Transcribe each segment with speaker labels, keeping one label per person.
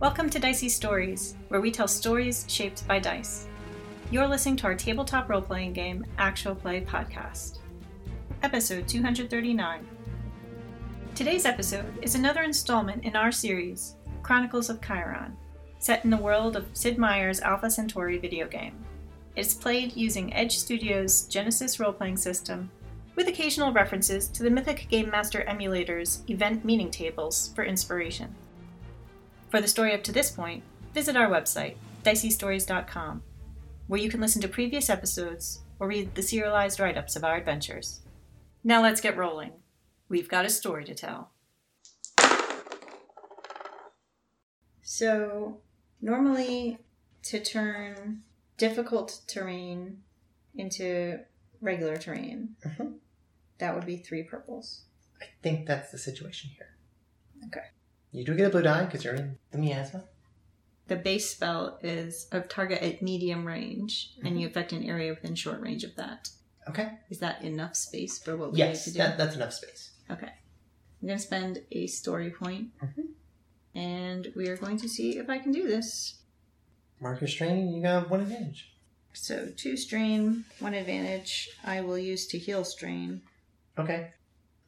Speaker 1: Welcome to Dicey Stories, where we tell stories shaped by dice. You're listening to our tabletop role playing game, Actual Play Podcast, episode 239. Today's episode is another installment in our series, Chronicles of Chiron, set in the world of Sid Meier's Alpha Centauri video game. It's played using Edge Studios' Genesis role playing system, with occasional references to the Mythic Game Master emulator's event meaning tables for inspiration. For the story up to this point, visit our website, diceystories.com, where you can listen to previous episodes or read the serialized write ups of our adventures. Now let's get rolling. We've got a story to tell. So, normally to turn difficult terrain into regular terrain,
Speaker 2: Mhm.
Speaker 1: that would be three purples.
Speaker 2: I think that's the situation here.
Speaker 1: Okay.
Speaker 2: You do get a blue die because you're in the miasma.
Speaker 1: The base spell is of target at medium range,
Speaker 2: Mm-hmm.
Speaker 1: and you affect an area within short range of that.
Speaker 2: Okay.
Speaker 1: Is that enough space for what we
Speaker 2: yes,
Speaker 1: need to do?
Speaker 2: that, that's enough space.
Speaker 1: Okay. I'm going to spend a story point,
Speaker 2: Mhm.
Speaker 1: and we are going to see if I can do this.
Speaker 2: Mark your strain. You got one advantage.
Speaker 1: So, two strain, one advantage. I will use to heal strain.
Speaker 2: Okay.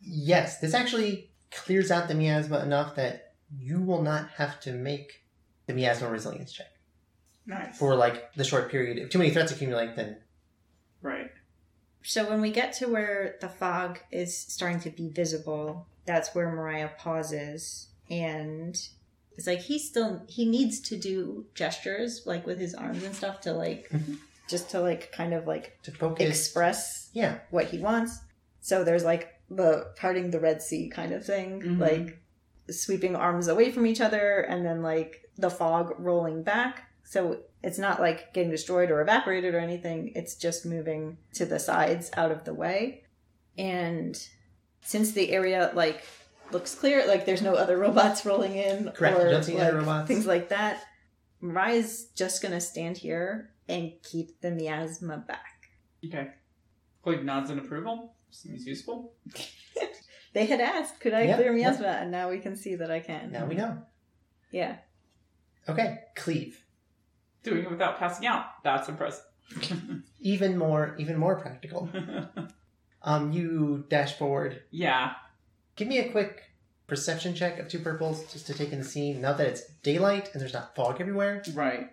Speaker 2: Yes, this actually clears out the miasma enough that you will not have to make the miasma resilience check
Speaker 1: Nice.
Speaker 2: for like the short period. If too many threats accumulate, then
Speaker 3: Right.
Speaker 4: So when we get to where the fog is starting to be visible, that's where Mariah pauses and
Speaker 1: It's like he still he needs to do gestures like with his arms and stuff to like
Speaker 4: just to like kind of like
Speaker 2: to focus.
Speaker 4: express
Speaker 2: yeah.
Speaker 4: what he wants. So there's like the parting the Red Sea kind of thing,
Speaker 2: Mm-hmm.
Speaker 3: Mhm.
Speaker 4: like sweeping arms away from each other and then like the fog rolling back. So it's not like getting destroyed or evaporated or anything, it's just moving to the sides out of the way. And since the area like looks clear, like there's no other robots rolling in
Speaker 2: Correct,
Speaker 4: or
Speaker 2: you don't see any
Speaker 4: like,
Speaker 2: other robots.
Speaker 4: things like that, Mariah's just gonna stand here and keep the miasma back.
Speaker 3: Okay. Click nods in approval. Seems useful.
Speaker 4: They had asked, could I
Speaker 2: Yeah,
Speaker 4: clear
Speaker 2: yeah.
Speaker 4: miasma? And now we can see that I can.
Speaker 2: Now we know.
Speaker 4: Yeah.
Speaker 2: Okay. Cleave.
Speaker 3: Doing it without passing out. That's impressive.
Speaker 2: Even more. Even more practical. Um, you dash forward
Speaker 3: yeah.
Speaker 2: Give me a quick perception check of two purples just to take in the scene. Now that it's daylight and there's not fog everywhere,
Speaker 3: Right.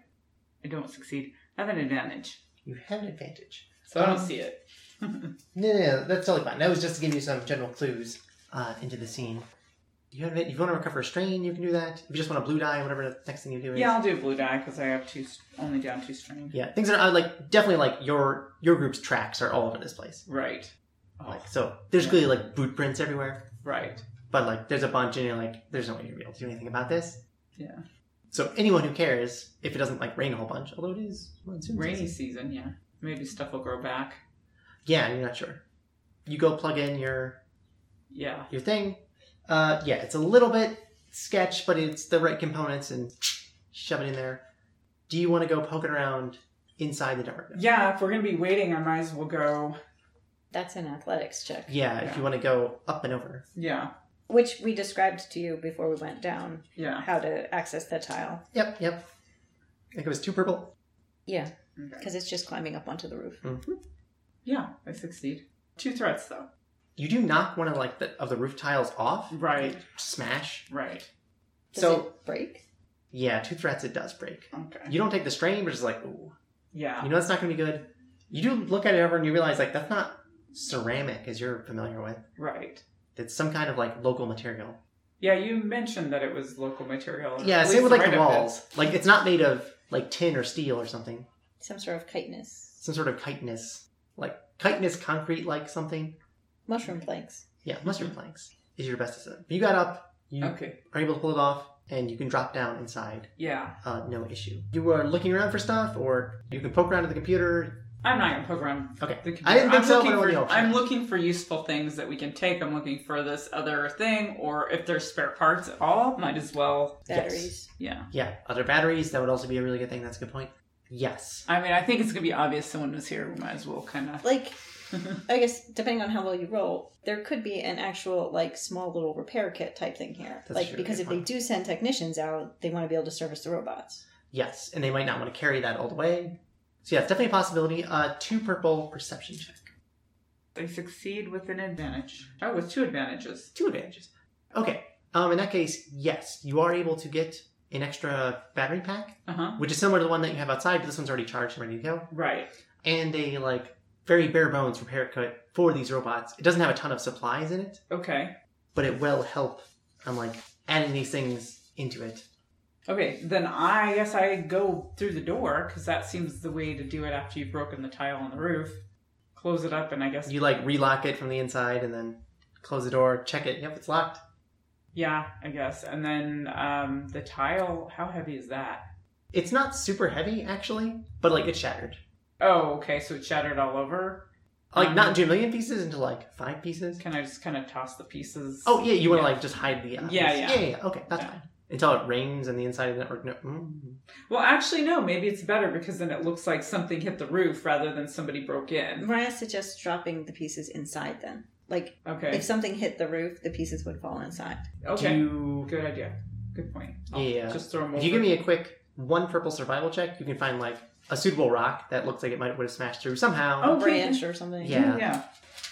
Speaker 3: I don't succeed. I have an advantage.
Speaker 2: you have an advantage.
Speaker 3: So I don't
Speaker 2: Um,
Speaker 3: see it.
Speaker 2: No, no, no, that's totally fine. That was just to give you some general clues uh, into the scene. You have it. If you want to recover a strain, you can do that. If you just want a blue die, whatever the next thing you do is.
Speaker 3: Yeah, I'll do a blue die because I have two, only down two strain.
Speaker 2: Yeah, things are I like definitely like your your group's tracks are all over this place.
Speaker 3: Right. Oh,
Speaker 2: Like so, there's clearly like boot prints everywhere,
Speaker 3: right.
Speaker 2: but like there's a bunch, and you're like, there's no way you're gonna be able to do anything about this.
Speaker 3: Yeah.
Speaker 2: So anyone who cares, if it doesn't like rain a whole bunch, although it is monsoon season.
Speaker 3: Rainy season, yeah. Maybe stuff will grow back.
Speaker 2: Yeah, you're not sure. You go plug in your
Speaker 3: Yeah.
Speaker 2: your thing. Uh, yeah, it's a little bit sketch, but it's the right components and shove it in there. Do you want to go poking around inside the dark?
Speaker 3: Yeah, if we're going to be waiting, I might as well go.
Speaker 4: That's an athletics check,
Speaker 2: Yeah, if
Speaker 3: Yeah.
Speaker 2: you want to go up and over.
Speaker 3: Yeah.
Speaker 4: which we described to you before we went down
Speaker 3: Yeah.
Speaker 4: how to access the tile.
Speaker 2: Yep, yep. I think it was two purple. Mm-hmm.
Speaker 4: Yeah,
Speaker 3: Okay.
Speaker 4: because it's just climbing up onto the roof.
Speaker 3: Yeah, I succeed. Two threats, though.
Speaker 2: You do knock one of like the of the roof tiles off.
Speaker 3: Right.
Speaker 2: Smash.
Speaker 3: Right.
Speaker 4: Does
Speaker 2: so
Speaker 4: it break?
Speaker 2: yeah, two threats it does break.
Speaker 3: Okay.
Speaker 2: You don't take the strain, but it's like, ooh.
Speaker 3: Yeah.
Speaker 2: You know that's not gonna be good. You do look at it over and you realize like that's not ceramic as you're familiar with.
Speaker 3: Right.
Speaker 2: It's some kind of like local material.
Speaker 3: Yeah, you mentioned that it was local material.
Speaker 2: Yeah,
Speaker 3: At
Speaker 2: same
Speaker 3: least
Speaker 2: with like the
Speaker 3: right up
Speaker 2: walls. Like it's not made of like tin or steel or something.
Speaker 4: Some sort of chitinous.
Speaker 2: Some sort of chitinous, like chitinous concrete, like something.
Speaker 4: Mushroom planks.
Speaker 2: Yeah, mustard planks is your best assumption. You got up, you
Speaker 3: there. Mm-hmm. Okay.
Speaker 2: are able to pull it off, and you can drop down inside,
Speaker 3: Yeah,
Speaker 2: uh, no issue. You are looking around for stuff, or you can poke around at the computer.
Speaker 3: I'm not gonna poke around.
Speaker 2: Okay,
Speaker 3: The computer.
Speaker 2: I didn't think
Speaker 3: am
Speaker 2: so. but I
Speaker 3: Looking
Speaker 2: wanted
Speaker 3: for,
Speaker 2: the option.
Speaker 3: I'm looking for useful things that we can take. I'm looking for this other thing, or if there's spare parts at all, might as well.
Speaker 2: Yes.
Speaker 4: Batteries.
Speaker 3: Yeah.
Speaker 2: Yeah, other batteries. That would also be a really good thing. That's a good point. Yes.
Speaker 3: I mean, I think it's gonna be obvious someone was here. We might as well kind of.
Speaker 4: Like, I guess depending on how well you roll, there could be an actual like small little repair kit type thing here.
Speaker 2: That's
Speaker 4: like
Speaker 2: true,
Speaker 4: because
Speaker 2: good
Speaker 4: if they
Speaker 2: point.
Speaker 4: do send technicians out, they want to be able to service the robots.
Speaker 2: Yes, and they might not want to carry that all the way. So yeah, it's definitely a possibility. Uh, two purple perception check.
Speaker 3: They succeed with an advantage. Oh, with two advantages.
Speaker 2: Two advantages. Okay. Um, in that case, yes, you are able to get an extra battery pack,
Speaker 3: Uh huh.
Speaker 2: which is similar to the one that you have outside, but this one's already charged and ready to go.
Speaker 3: Right.
Speaker 2: And a like very bare bones repair kit for these robots. It doesn't have a ton of supplies in it,
Speaker 3: Okay.
Speaker 2: but it will help. I'm like adding these things into it.
Speaker 3: Okay. Then I guess I go through the door because that seems the way to do it after you've broken the tile on the roof. Close it up, and I guess
Speaker 2: You like relock it from the inside and then close the door, check it. Yep, it's locked.
Speaker 3: yeah, I guess. And then um, the tile. How heavy is that?
Speaker 2: It's not super heavy actually, but like it's shattered.
Speaker 3: Oh, okay. So it's shattered all over.
Speaker 2: Like
Speaker 3: Um,
Speaker 2: not into a million pieces, into like five pieces.
Speaker 3: Can I just kind of toss the pieces?
Speaker 2: Oh yeah, you want to like just hide the eyes.
Speaker 3: Yeah, yeah.
Speaker 2: yeah, Okay, that's
Speaker 3: Yeah.
Speaker 2: fine. Until it rains and the inside of the network. No, mm.
Speaker 3: Well, actually, no. Maybe it's better because then it looks like something hit the roof rather than somebody broke in.
Speaker 4: Mariah suggests dropping the pieces inside then. Like
Speaker 3: Okay.
Speaker 4: if something hit the roof, the pieces would fall inside.
Speaker 3: okay.
Speaker 2: Do you,
Speaker 3: Good idea. Good point. I'll
Speaker 2: Yeah.
Speaker 3: Just throw them over.
Speaker 2: if you give me a quick one purple survival check, you can find like a suitable rock that looks like it might would have smashed through somehow,
Speaker 3: Okay.
Speaker 4: Branch or something.
Speaker 2: Yeah.
Speaker 3: Yeah.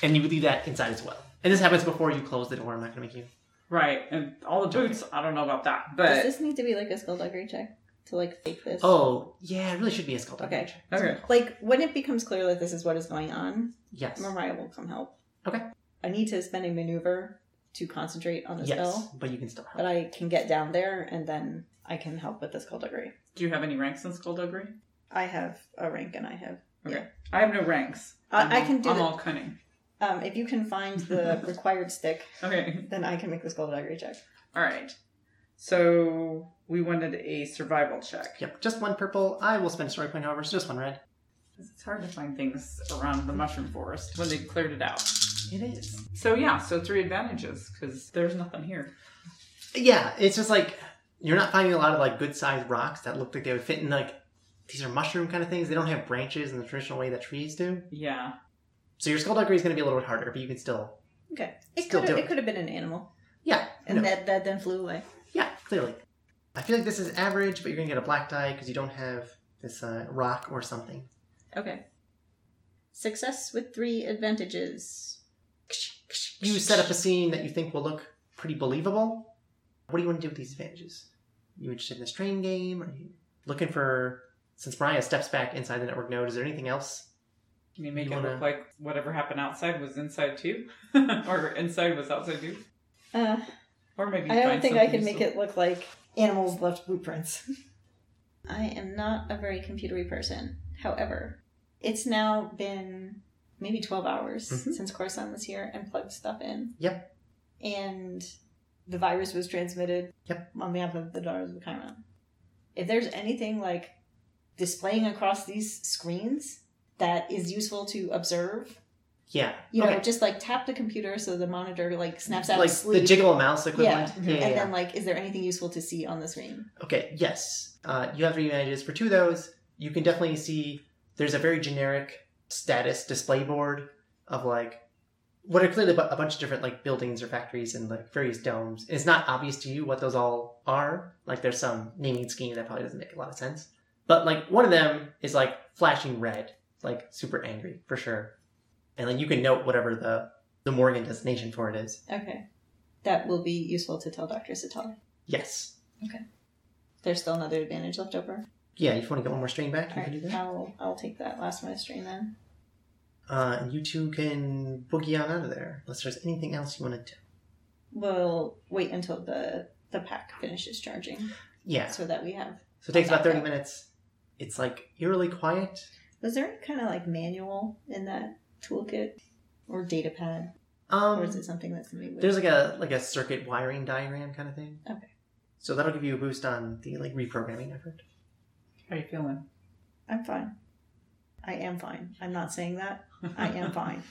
Speaker 2: and you would leave that inside as well. And this happens before you close the door. I'm not going to make you.
Speaker 3: Right. And all the boots, I don't know about
Speaker 4: Does
Speaker 3: that. But
Speaker 4: this need to be like a skullduggery check to like fake this?
Speaker 2: Oh yeah, it really should be a skull. diamond
Speaker 4: Okay.
Speaker 2: check.
Speaker 3: okay.
Speaker 4: Like when it becomes clear that this is what is going on,
Speaker 2: Yes.
Speaker 4: Mariah will come help.
Speaker 2: Okay.
Speaker 4: I need to spend a maneuver to concentrate on the
Speaker 2: Yes,
Speaker 4: spell,
Speaker 2: but you can still help.
Speaker 4: but I can get down there and then I can help with this skullduggery.
Speaker 3: Do you have any ranks in skullduggery?
Speaker 4: I have a rank and I have.
Speaker 3: I have no ranks.
Speaker 4: I-
Speaker 3: I'm
Speaker 4: Uh, I
Speaker 3: all-
Speaker 4: can do
Speaker 3: I'm
Speaker 4: the-
Speaker 3: all cunning.
Speaker 4: Um, if you can find the required stick,
Speaker 3: Okay.
Speaker 4: then I can make the skullduggery check.
Speaker 3: All right. So we wanted a survival check.
Speaker 2: Yep, just one purple. I will spend a story point, however, so just one red.
Speaker 3: It's hard to find things around the mushroom forest when they've cleared it out.
Speaker 2: It is.
Speaker 3: So yeah, so three advantages because there's nothing here.
Speaker 2: Yeah, it's just like you're not finding a lot of like good sized rocks that look like they would fit in like these are mushroom kind of things. They don't have branches in the traditional way that trees do.
Speaker 3: Yeah.
Speaker 2: So your skullduggery is going to be a little bit harder, but you can still.
Speaker 4: Okay. It
Speaker 2: Still
Speaker 4: could have,
Speaker 2: do
Speaker 4: it
Speaker 2: it.
Speaker 4: could have been an animal,
Speaker 2: Yeah,
Speaker 4: and
Speaker 2: no.
Speaker 4: that that then flew away.
Speaker 2: yeah, clearly. I feel like this is average, but you're going to get a black die because you don't have this uh, rock or something.
Speaker 4: Okay. Success with three advantages.
Speaker 2: You set up a scene that you think will look pretty believable. What do you want to do with these advantages? You interested in this train game? Are you looking for? Since Mariah steps back inside the network node, is there anything else?
Speaker 3: Can you make
Speaker 2: You
Speaker 3: it
Speaker 2: wanna-
Speaker 3: look like whatever happened outside was inside too, or inside was outside too,
Speaker 4: Uh,
Speaker 3: or maybe
Speaker 4: I don't
Speaker 3: find
Speaker 4: think I
Speaker 3: something
Speaker 4: can make
Speaker 3: useful.
Speaker 4: it look like animals left blueprints. I am not a very computery person. However, it's now been maybe 12 hours
Speaker 2: Mhm.
Speaker 4: since Corson was here and plugged stuff in.
Speaker 2: Yep.
Speaker 4: And the virus was transmitted
Speaker 2: Yep.
Speaker 4: on behalf of the daughters of Chiron. If there's anything like displaying across these screens that is useful to observe,
Speaker 2: Yeah.
Speaker 4: you
Speaker 2: okay.
Speaker 4: know, just like tap the computer so the monitor like snaps out
Speaker 2: like
Speaker 4: of sleep.
Speaker 2: the jiggle mouse equivalent.
Speaker 3: Yeah.
Speaker 4: And then, like, is there anything useful to see on the screen?
Speaker 2: Okay, yes. Uh, you have three images. For two of those, you can definitely see there's a very generic status display board of like what are clearly bu- a bunch of different like buildings or factories and like various domes. And it's not obvious to you what those all are. Like there's some naming scheme that probably doesn't make a lot of sense. But like one of them is like flashing red, like super angry for sure. And then you can note whatever the the Morgan designation for it is.
Speaker 4: Okay. That will be useful to tell Dr. Satar.
Speaker 2: Yes.
Speaker 4: There's still another advantage left over.
Speaker 2: Yeah, if you want to get one more string back, you
Speaker 4: All
Speaker 2: can
Speaker 4: right,
Speaker 2: do that.
Speaker 4: I'll, I'll take that last my strain then.
Speaker 2: Uh, and you two can boogie on out of there unless there's anything else you want to do.
Speaker 4: We'll wait until the, the pack finishes charging
Speaker 2: Yeah. So
Speaker 4: so that we have.
Speaker 2: it takes about 30
Speaker 4: Okay.
Speaker 2: minutes. It's like eerily quiet.
Speaker 4: Was there any kind of like manual in that toolkit or data pad? or is
Speaker 2: Um,
Speaker 4: it something that somebody would.
Speaker 2: there's like a like a circuit wiring diagram kind of thing.
Speaker 4: Okay.
Speaker 2: So that'll give you a boost on the like reprogramming effort.
Speaker 3: How you feeling?
Speaker 4: I'm fine. I am fine. I'm not saying that. I am fine.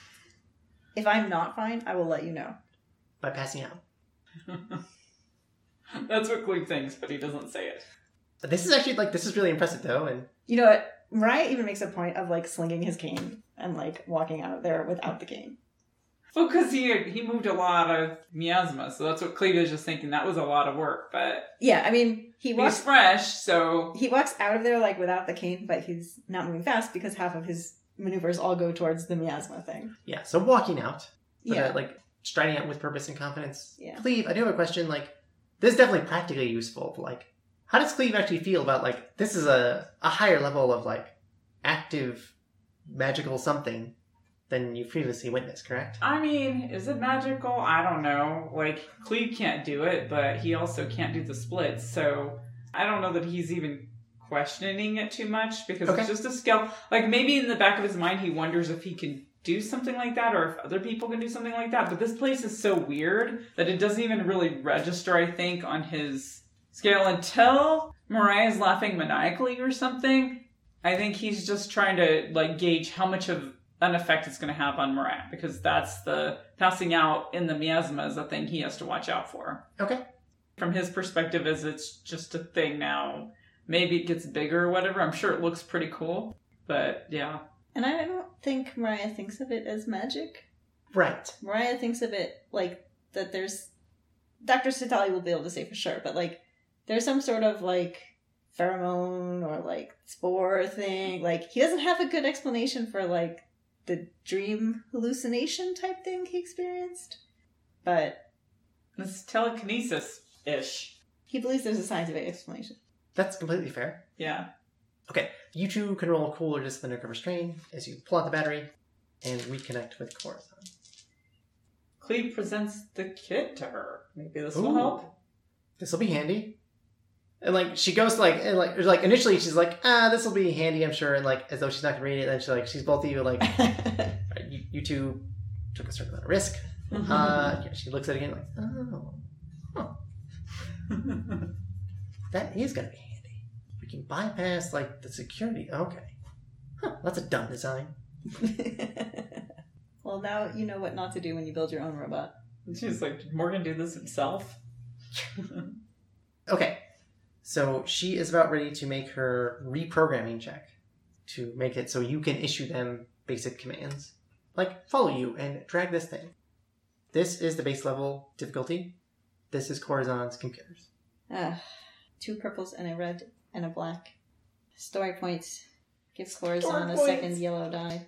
Speaker 4: If I'm not fine, I will let you know.
Speaker 2: By passing out.
Speaker 3: That's what Glue thinks, but he doesn't say it.
Speaker 2: But this is actually like this is really impressive though, and
Speaker 4: You know what? Mariah even makes a point of like slinging his cane and like walking out of there without the cane.
Speaker 3: Well, because he he moved a lot of miasma, so that's what Cletus is thinking. That was a lot of work, but
Speaker 4: Yeah, I mean, he
Speaker 3: he's
Speaker 4: walks
Speaker 3: fresh, so
Speaker 4: he walks out of there like without the cane, but he's not moving fast because half of his maneuvers all go towards the miasma thing.
Speaker 2: Yeah, so walking out, but,
Speaker 4: Yeah.
Speaker 2: uh, like striding out with purpose and confidence.
Speaker 4: Yeah.
Speaker 2: Cleve, I do have a question. Like, this is definitely practically useful. But, like, how does Cleve actually feel about like this is a a higher level of like active magical something than you previously witnessed? Correct.
Speaker 3: I mean, is it magical? I don't know. Like, Cleve can't do it, but he also can't do the splits, so I don't know that he's even questioning it too much because
Speaker 2: Okay.
Speaker 3: it's just a skill. Like, maybe in the back of his mind, he wonders if he can do something like that or if other people can do something like that, but this place is so weird that it doesn't even really register, I think, on his scale until Mariah's laughing maniacally or something. I think he's just trying to like gauge how much of an effect it's going to have on Mariah because that's the passing out in the miasma is a thing he has to watch out for.
Speaker 2: Okay.
Speaker 3: From his perspective, as it's just a thing now. Maybe it gets bigger or whatever. I'm sure it looks pretty cool, but yeah,
Speaker 4: And I don't think Mariah thinks of it as magic.
Speaker 2: Right.
Speaker 4: Mariah thinks of it like that there's Dr. Sitali will be able to say for sure, but like there's some sort of like pheromone or like spore thing. Like he doesn't have a good explanation for like the dream hallucination type thing he experienced. But
Speaker 3: it's telekinesis ish.
Speaker 4: he believes there's a scientific explanation.
Speaker 2: That's completely fair.
Speaker 3: Yeah.
Speaker 2: Okay. You two can roll cool or discipline or restrain as you pull out the battery and reconnect with Corazon.
Speaker 3: Cleve presents the kit to her. Maybe this
Speaker 2: Ooh.
Speaker 3: will help.
Speaker 2: This will be handy. And like she goes to, like and like like initially she's like ah this will be handy I'm sure and like as though she's not gonna read it then she's like she's both of you like Alright, you, you two took a certain amount of risk.
Speaker 3: Mm-hmm.
Speaker 2: Uh, yeah, she looks at it again like, oh, that is going to be handy. We can bypass like the security. Okay, huh, that's a dumb design.
Speaker 4: well, now you know what not to do when you build your own robot.
Speaker 3: She's like, did Morgan do this himself?
Speaker 2: Okay, so she is about ready to make her reprogramming check to make it so you can issue them basic commands like follow you and drag this thing. This is the base level difficulty. This is Corazon's computers.
Speaker 4: Uh, two purples and a red and a black. Story points. Gives Corazon
Speaker 2: Story
Speaker 4: a
Speaker 2: points.
Speaker 4: second yellow die.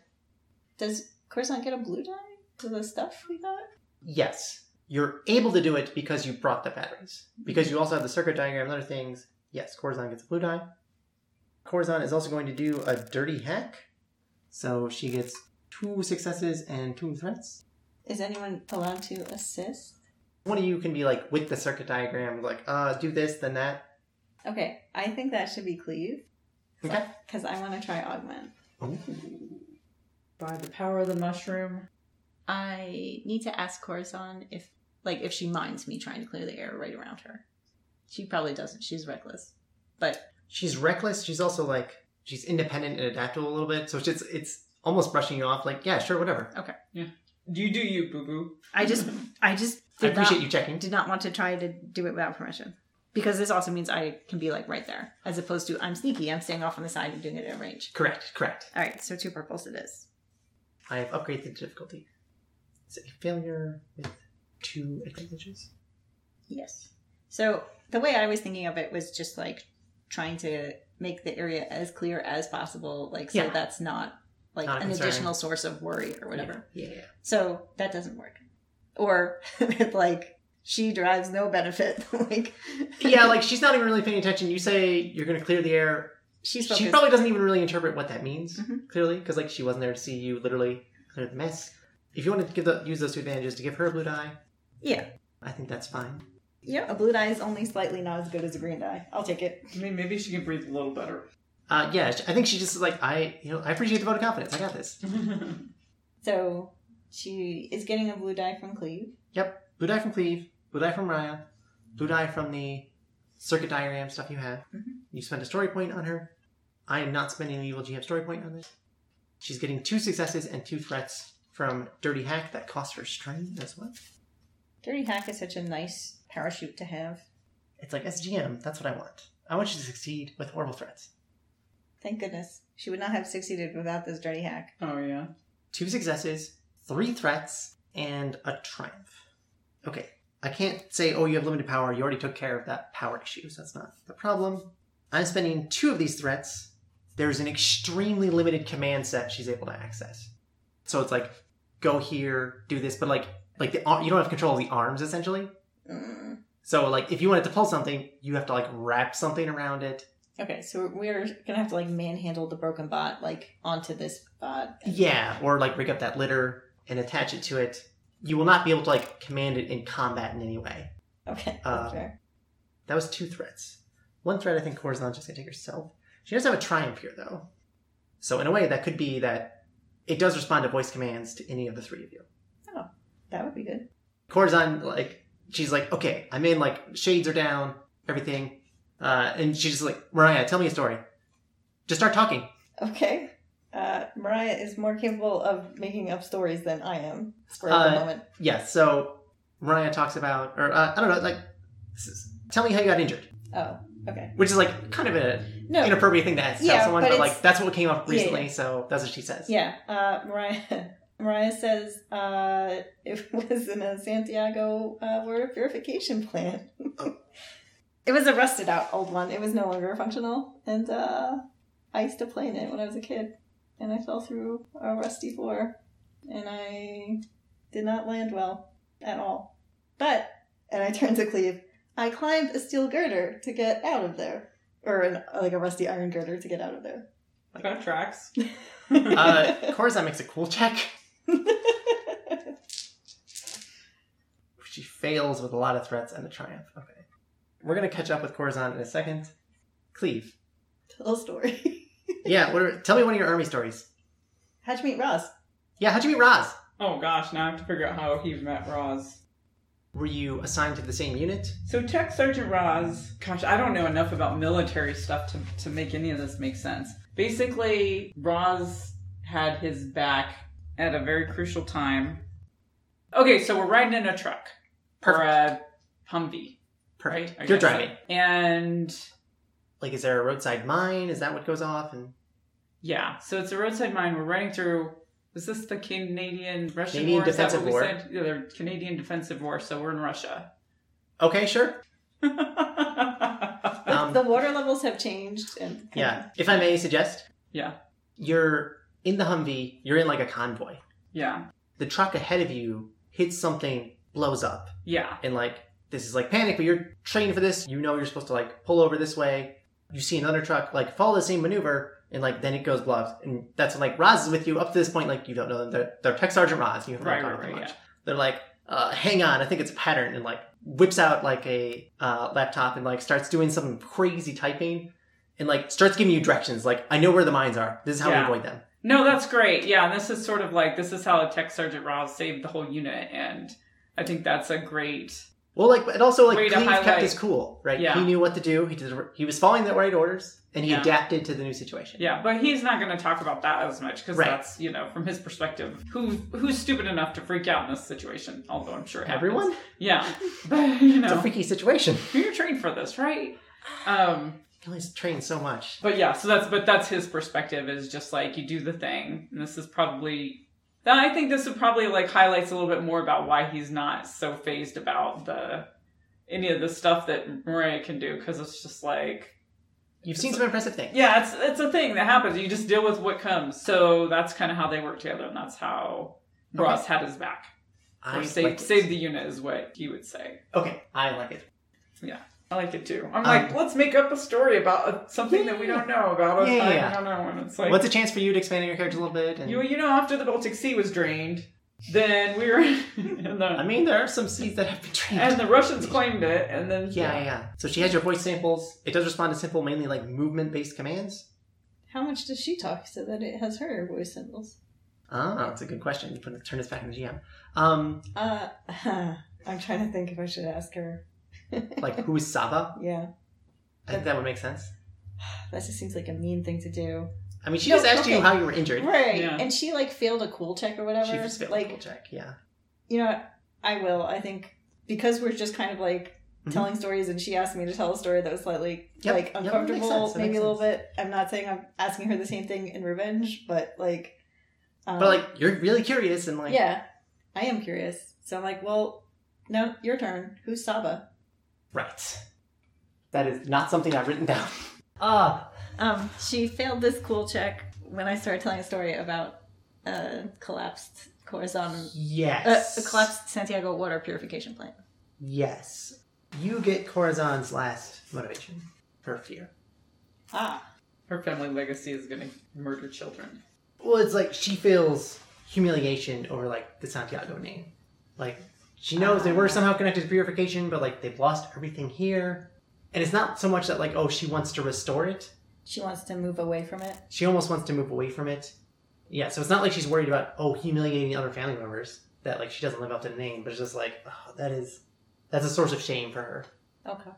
Speaker 4: Does Corazon get a blue die to the stuff we got?
Speaker 2: Yes. You're able to do it because you brought the batteries. Because you also have the circuit diagram and other things. Yes, Corazon gets a blue die. Corazon is also going to do a dirty hack. So she gets two successes and two threats.
Speaker 4: Is anyone allowed to assist?
Speaker 2: One of you can be like with the circuit diagram, like, uh, do this, then that.
Speaker 4: Okay, I think that should be Cleve
Speaker 2: Okay.
Speaker 4: because I want to try Augment.
Speaker 2: Ooh.
Speaker 3: By the power of the mushroom.
Speaker 4: I need to ask Corazon if, like, if she minds me trying to clear the air right around her. She probably doesn't. She's reckless, but
Speaker 2: She's reckless. She's also like, she's independent and adaptable a little bit. So it's just, it's almost brushing you off, like, yeah, sure, whatever.
Speaker 3: You do you, boo boo.
Speaker 4: I just, I just
Speaker 2: I
Speaker 4: did
Speaker 2: appreciate
Speaker 4: not,
Speaker 2: you checking.
Speaker 4: did not want to try to do it without permission because this also means I can be like right there as opposed to I'm sneaky. I'm staying off on the side and doing it at range.
Speaker 2: Correct, correct.
Speaker 4: All right, so two purples it is.
Speaker 2: I have upgraded the difficulty. Is it a failure with two advantages?
Speaker 4: Yes. So the way I was thinking of it was just like trying to make the area as clear as possible, like so
Speaker 2: Yeah.
Speaker 4: that's not like
Speaker 2: Not a
Speaker 4: an
Speaker 2: concern.
Speaker 4: additional source of worry or whatever.
Speaker 2: Yeah. yeah.
Speaker 4: So that doesn't work. Or like she derives no benefit. like
Speaker 2: Yeah, like she's not even really paying attention. You say you're going to clear the air.
Speaker 4: she's focused.
Speaker 2: She probably doesn't even really interpret what that means
Speaker 4: Mhm.
Speaker 2: clearly because like she wasn't there to see you literally clear the mess. If you want to give the, use those two advantages to give her a blue die,
Speaker 4: Yeah.
Speaker 2: I think that's fine.
Speaker 4: Yeah. A blue dye is only slightly not as good as a green dye. I'll take it.
Speaker 3: I mean, maybe she can breathe a little better.
Speaker 2: Uh, yeah, sh- I think she just is like I, you know, I appreciate the vote of confidence. I got this.
Speaker 4: So she is getting a blue dye from Cleve.
Speaker 2: Yep, blue die from Cleve, blue die from Raya, blue die from the circuit diagram stuff you have.
Speaker 4: Mhm.
Speaker 2: You spent a story point on her. I am not spending an evil GM story point on this. She's getting two successes and two threats from Dirty Hack that cost her strain as well.
Speaker 4: Dirty Hack is such a nice parachute to have.
Speaker 2: It's like SGM, that's what I want. I want you to succeed with horrible threats.
Speaker 4: Thank goodness. She would not have succeeded without this dirty hack.
Speaker 3: Oh yeah.
Speaker 2: two successes, three threats, and a triumph. Okay, I can't say, oh, you have limited power. You already took care of that power issue, so that's not the problem. I'm spending two of these threats. There's an extremely limited command set she's able to access. So it's like, go here, do this, but like, like the ar- you don't have control of the arms essentially.
Speaker 4: Mm.
Speaker 2: So like, if you wanted to pull something, you have to like wrap something around it.
Speaker 4: Okay, so we're gonna have to like manhandle the broken bot like onto this bot.
Speaker 2: Yeah, or like rig up that litter and attach it to it. You will not be able to like command it in combat in any way.
Speaker 4: Okay.
Speaker 2: Uh,
Speaker 4: that's fair.
Speaker 2: That was two threats. One threat I think Corazon's just gonna take herself. She does have a triumph here though. So in a way that could be that it does respond to voice commands to any of the three of you.
Speaker 4: That would be good.
Speaker 2: Corazon like she's like, okay, I'm in like shades are down, everything. Uh, and she's just like, Mariah, tell me a story. Just start talking.
Speaker 4: Okay. Uh, Mariah is more capable of making up stories than I am for the
Speaker 2: Uh,
Speaker 4: moment.
Speaker 2: Yeah, so Mariah talks about or uh, I don't know, like this is- tell me how you got injured.
Speaker 4: Oh, okay.
Speaker 2: Which is like kind of an
Speaker 4: No.
Speaker 2: inappropriate thing to ask
Speaker 4: Yeah,
Speaker 2: someone,
Speaker 4: but
Speaker 2: but,
Speaker 4: it's-
Speaker 2: like that's what came up
Speaker 4: Yeah, yeah.
Speaker 2: recently, so that's what she says.
Speaker 4: Yeah. Uh, Mariah. Mariah says uh, it was in a Santiago uh, water purification plant. it was a rusted out old one. It was no longer functional, and uh, I used to play in it when I was a kid, and I fell through a rusty floor, and I did not land well at all. But and I turned to Cleve. I climbed a steel girder to get out of there, or an, like a rusty iron girder to get out of there.
Speaker 3: That tracks.
Speaker 2: uh, Corazon makes a cool check. She fails with a lot of threats and a triumph. Okay. We're going to catch up with Corazon in a second. Cleve.
Speaker 4: Tell a story.
Speaker 2: Yeah, what are, tell me one of your army stories.
Speaker 4: How'd you meet Ross?
Speaker 2: Yeah, how'd you meet Roz?
Speaker 3: Oh gosh, now I have to figure out how he met Roz.
Speaker 2: Were you assigned to the same unit?
Speaker 3: So Tech Sergeant Roz, gosh, I don't know enough about military stuff to, to make any of this make sense. Basically, Roz had his back at a very crucial time. Okay, so we're riding in a truck or a Humvee, right?
Speaker 2: Perfect.
Speaker 3: I
Speaker 2: You're
Speaker 3: guess.
Speaker 2: driving.
Speaker 3: And
Speaker 2: Like, is there a roadside mine? Is that what goes off? And
Speaker 3: yeah, so it's a roadside mine. We're riding through. Is this the Canadian Russian
Speaker 2: Canadian
Speaker 3: War? Is that
Speaker 2: Defensive
Speaker 3: what we
Speaker 2: War.
Speaker 3: said? Yeah, the Canadian Defensive War. So we're in Russia.
Speaker 2: okay, sure. Um,
Speaker 4: the water levels have changed, and
Speaker 2: Yeah. If I may suggest.
Speaker 3: Yeah.
Speaker 2: You're in the Humvee. You're in like a convoy.
Speaker 3: yeah,
Speaker 2: The truck ahead of you hits something, blows up.
Speaker 3: yeah.
Speaker 2: and like this is like panic but you're trained for this you know you're supposed to like pull over this way you see another truck like follow the same maneuver and like then it goes blocked and that's when like Roz is with you up to this point like you don't know them they're, they're tech sergeant Roz you haven't
Speaker 3: Right,
Speaker 2: gone
Speaker 3: right,
Speaker 2: with them
Speaker 3: right,
Speaker 2: much.
Speaker 3: yeah.
Speaker 2: they're like uh, hang on I think it's a pattern and like whips out like a uh, laptop and like starts doing some crazy typing and like starts giving you directions like I know where the mines are this is how
Speaker 3: Yeah.
Speaker 2: we avoid them
Speaker 3: No, that's great. Yeah, and this is sort of like this is how Tech Sergeant Ross saved the whole unit, and I think that's a great.
Speaker 2: Well, like, but also like
Speaker 3: Way to
Speaker 2: Cleve
Speaker 3: highlight.
Speaker 2: kept his cool, right?
Speaker 3: Yeah.
Speaker 2: He knew what to do. He did. He was following the right orders, and he
Speaker 3: Yeah.
Speaker 2: adapted to the new situation.
Speaker 3: Yeah, but he's not going to talk about that as much because
Speaker 2: Right.
Speaker 3: that's you know from his perspective, who who's stupid enough to freak out in this situation? Although I'm sure it happens.
Speaker 2: Everyone,
Speaker 3: Yeah, but you
Speaker 2: it's a
Speaker 3: know
Speaker 2: freaky situation.
Speaker 3: you're trained for this, right? Um,
Speaker 2: He always trained so much.
Speaker 3: But yeah, so that's but that's his perspective is just like you do the thing. And this is probably that I think this would probably like highlights a little bit more about why he's not so phased about the any of the stuff that Mariah can do because it's just like
Speaker 2: You've seen some impressive things.
Speaker 3: yeah, it's it's a thing that happens. You just deal with what comes. So that's kind of how they work together, and that's how Ross had his back or
Speaker 2: I
Speaker 3: saved
Speaker 2: like it.
Speaker 3: saved the unit is what he would say.
Speaker 2: Okay, I like it.
Speaker 3: I like it too. I'm like, let's make up a story about something that we don't know about.
Speaker 2: Um, Yeah,
Speaker 3: I,
Speaker 2: yeah, yeah.
Speaker 3: don't know, and it's like
Speaker 2: What's a chance for you to expand on your character a little bit? And
Speaker 3: You, you know, after the Baltic Sea was drained, then we were, and the,
Speaker 2: I mean, there are some seeds that have been trained.
Speaker 3: and the Russians claimed it, and then
Speaker 2: yeah, yeah, yeah. So she has your voice samples. It does respond to simple, mainly like movement-based commands.
Speaker 4: how much does she talk so that it has her voice symbols?
Speaker 2: Ah, that's a good question. You put, turn this back into GM. Um,
Speaker 4: Uh, I'm trying to think if I should ask her.
Speaker 2: like who is Saba?
Speaker 4: Yeah,
Speaker 2: I think that would make sense.
Speaker 4: that just seems like a mean thing to do,
Speaker 2: I mean, she
Speaker 4: No,
Speaker 2: just asked you
Speaker 4: okay.
Speaker 2: how you were injured.
Speaker 4: right?
Speaker 3: Yeah.
Speaker 4: And she like failed a cool check or whatever.
Speaker 2: She just failed
Speaker 4: like
Speaker 2: like, check. Yeah.
Speaker 4: you know, I will. I think because we're just kind of like
Speaker 2: Mhm.
Speaker 4: telling stories, and she asked me to tell a story that was slightly
Speaker 2: Yep.
Speaker 4: like
Speaker 2: Yep, that makes
Speaker 4: uncomfortable,
Speaker 2: sense. That
Speaker 4: maybe
Speaker 2: makes
Speaker 4: a little
Speaker 2: sense.
Speaker 4: bit. I'm not saying I'm asking her the same thing in revenge, but like, um,
Speaker 2: But like you're really curious and like
Speaker 4: yeah, I am curious. So I'm like, well, no, your turn. Who's Saba?
Speaker 2: right. That is not something I've written down. Ah,
Speaker 4: Um, she failed this cool check when I started telling a story about uh, collapsed Corazon, uh,
Speaker 2: yes.
Speaker 4: collapsed Santiago water purification plant.
Speaker 2: Yes. You get Corazon's last motivation. Her fear.
Speaker 4: Ah,
Speaker 3: Her family legacy is going to murder children.
Speaker 2: Well, it's like she feels humiliation over like the Santiago name. Like she knows they were somehow connected to purification, but like they've lost everything here. And it's not so much that like oh she wants to restore it.
Speaker 4: she wants to move away from it.
Speaker 2: She almost wants to move away from it. Yeah, so it's not like she's worried about oh humiliating other family members that like she doesn't live up to the name, but it's just like oh, that is that's a source of shame for her.
Speaker 4: Okay.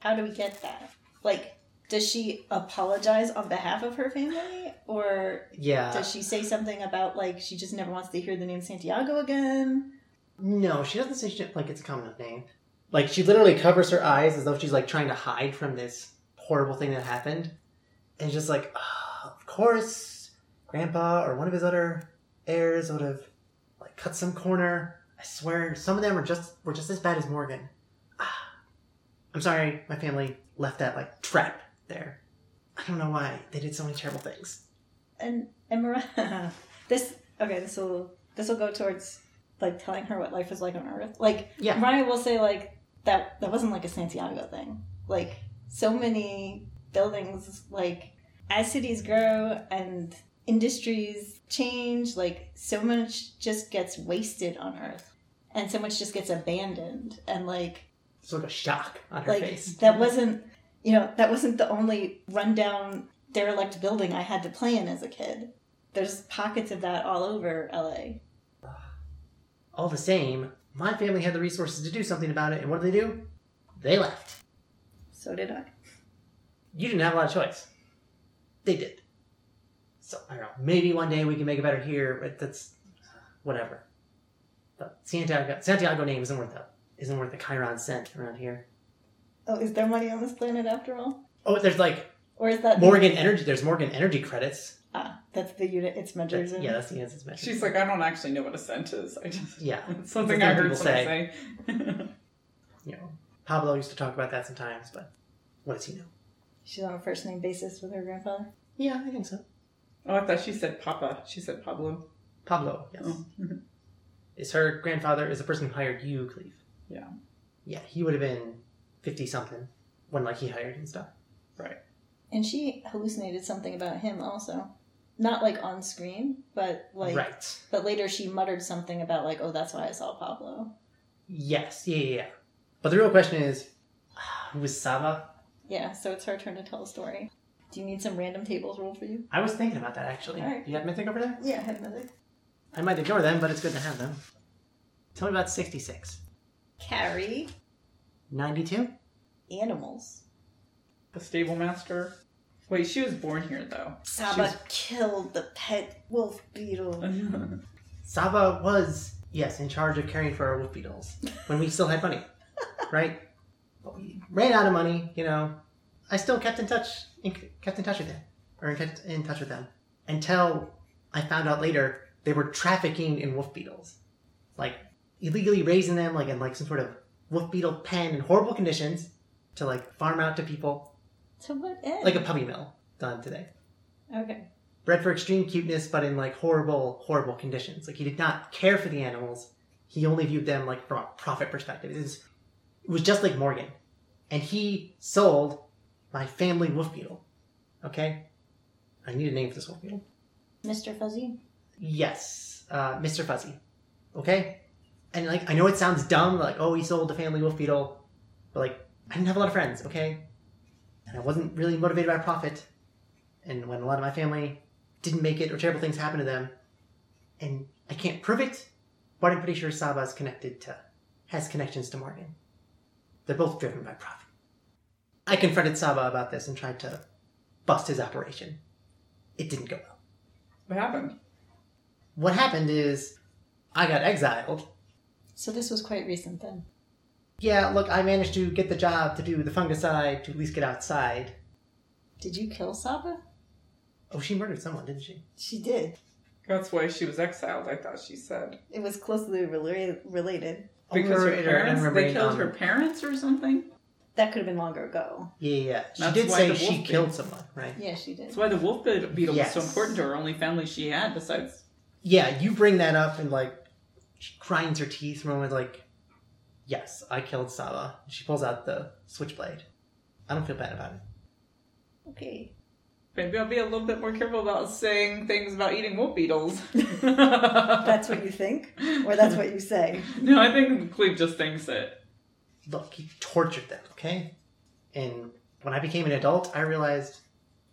Speaker 4: How do we get that? Like, does she apologize on behalf of her family, or
Speaker 2: Yeah.
Speaker 4: does she say something about like she just never wants to hear the name Santiago again?
Speaker 2: No, she doesn't say shit like it's a common enough name. Like she literally covers her eyes as though she's like trying to hide from this horrible thing that happened, and just like, "Ah, of course, Grandpa or one of his other heirs would have like cut some corner. I swear, some of them are just were just as bad as Morgan. Ah, I'm sorry, my family left that like trap there. I don't know why they did so many terrible things.
Speaker 4: And and Miranda, this okay, this will this will go towards like telling her what life was like on Earth. Like,
Speaker 2: Yeah.
Speaker 4: Mariah will say like that that wasn't like a Santiago thing. Like, so many buildings like as cities grow and industries change, like so much just gets wasted on Earth, and so much just gets abandoned, and like
Speaker 2: Sort of shock on her
Speaker 4: like
Speaker 2: face.
Speaker 4: that wasn't you know that wasn't the only rundown derelict building I had to play in as a kid. There's pockets of that all over LA.
Speaker 2: All the same, my family had the resources to do something about it, and what did they do? They left.
Speaker 4: So did I.
Speaker 2: You didn't have a lot of choice. They did. So I don't know. Maybe one day we can make it better here, but that's whatever. But Santiago Santiago name isn't worth a isn't worth a Chiron cent around here.
Speaker 4: Oh, is there money on this planet after all?
Speaker 2: Oh, there's like
Speaker 4: Or is that
Speaker 2: Morgan Energy. There's Morgan Energy credits.
Speaker 4: Ah, that's the unit it's measured
Speaker 2: That's,
Speaker 4: in.
Speaker 2: yeah, that's the answer. Mentioned.
Speaker 3: She's like, I don't actually know what a cent is. I just
Speaker 2: yeah,
Speaker 3: it's something
Speaker 2: That's
Speaker 3: I
Speaker 2: what
Speaker 3: heard
Speaker 2: people
Speaker 3: someone say.
Speaker 2: you know, Pablo used to talk about that sometimes, but what does he know?
Speaker 4: She's on a first name basis with her grandfather.
Speaker 2: Yeah, I think so.
Speaker 3: oh, I thought she said Papa. She said Pablo.
Speaker 2: Pablo, yes.
Speaker 3: Oh.
Speaker 2: Is her grandfather is the person who hired you, Cleve?
Speaker 3: Yeah.
Speaker 2: Yeah, he would have been fifty something when like he hired and stuff.
Speaker 4: And she hallucinated something about him also. Not like on screen, but like
Speaker 2: right.
Speaker 4: but later she muttered something about like, oh that's why I saw Pablo.
Speaker 2: Yes, yeah, yeah, yeah. But the real question is, who was Saba?
Speaker 4: Yeah, so it's her turn to tell a story. Do you need some random tables rolled for you?
Speaker 2: I was thinking about that actually.
Speaker 4: Alright.
Speaker 2: You got mythic over there?
Speaker 4: Yeah, I have another.
Speaker 2: I might ignore them, but it's good to have them. Tell me about 66.
Speaker 4: Carry
Speaker 2: 92?
Speaker 4: animals.
Speaker 3: The stable master. Wait, she was born here though.
Speaker 4: Saba killed the pet wolf beetle.
Speaker 2: Saba was, yes, in charge of caring for our wolf beetles when we still had money, right? But we ran out of money, you know. I still kept in touch, in, kept in touch with them, or kept in touch with them until I found out later they were trafficking in wolf beetles, like illegally raising them, like in like some sort of wolf beetle pen in horrible conditions to like farm out to people,
Speaker 4: To what end?
Speaker 2: like a puppy mill done today
Speaker 4: okay.
Speaker 2: bred for extreme cuteness, but in like horrible, horrible conditions. Like he did not care for the animals. He only viewed them like from a profit perspective. It was, it was just like Morgan, and he sold my family wolf beetle. Okay, I need a name for this wolf beetle.
Speaker 4: Mr. Fuzzy?
Speaker 2: Yes, uh, Mr. Fuzzy. Okay, and like I know it sounds dumb, like oh he sold the family wolf beetle, but like I didn't have a lot of friends. Okay, and I wasn't really motivated by profit, and when a lot of my family didn't make it or terrible things happened to them, and I can't prove it, but I'm pretty sure Saba's connected to, has connections to Morgan. They're both driven by profit. I confronted Saba about this and tried to bust his operation. It didn't go well
Speaker 3: What happened?
Speaker 2: what happened is I got exiled.
Speaker 4: So this was quite recent then.
Speaker 2: yeah, look, I managed to get the job to do the fungicide to at least get outside.
Speaker 4: Did you kill Saba?
Speaker 2: Oh, she murdered someone, didn't she?
Speaker 4: She did.
Speaker 3: That's why she was exiled, I thought she said.
Speaker 4: It was closely rela- related.
Speaker 3: Because
Speaker 2: Over
Speaker 3: her
Speaker 2: and
Speaker 3: parents,
Speaker 2: over
Speaker 3: they
Speaker 2: and
Speaker 3: killed
Speaker 2: on.
Speaker 3: her parents or something?
Speaker 4: That could have been longer ago.
Speaker 2: Yeah, yeah, yeah. She
Speaker 3: That's
Speaker 2: did
Speaker 3: why
Speaker 2: say
Speaker 3: the
Speaker 2: she
Speaker 3: wolf
Speaker 2: killed
Speaker 3: did.
Speaker 2: someone, right?
Speaker 4: Yeah, she did.
Speaker 3: That's why the wolf beat- beetle was
Speaker 2: Yes.
Speaker 3: so important to her, only family she had besides.
Speaker 2: Yeah, you bring that up and like she grinds her teeth. Roman's like, "Yes, I killed Saba." She pulls out the switchblade. I don't feel bad about it.
Speaker 4: Okay.
Speaker 3: Maybe I'll be a little bit more careful about saying things about eating wolf beetles.
Speaker 4: That's
Speaker 3: that's
Speaker 4: what you think? Or that's what you say?
Speaker 3: No, I think Cleve just thinks it.
Speaker 2: Look, he tortured them, okay? And when I became an adult, I realized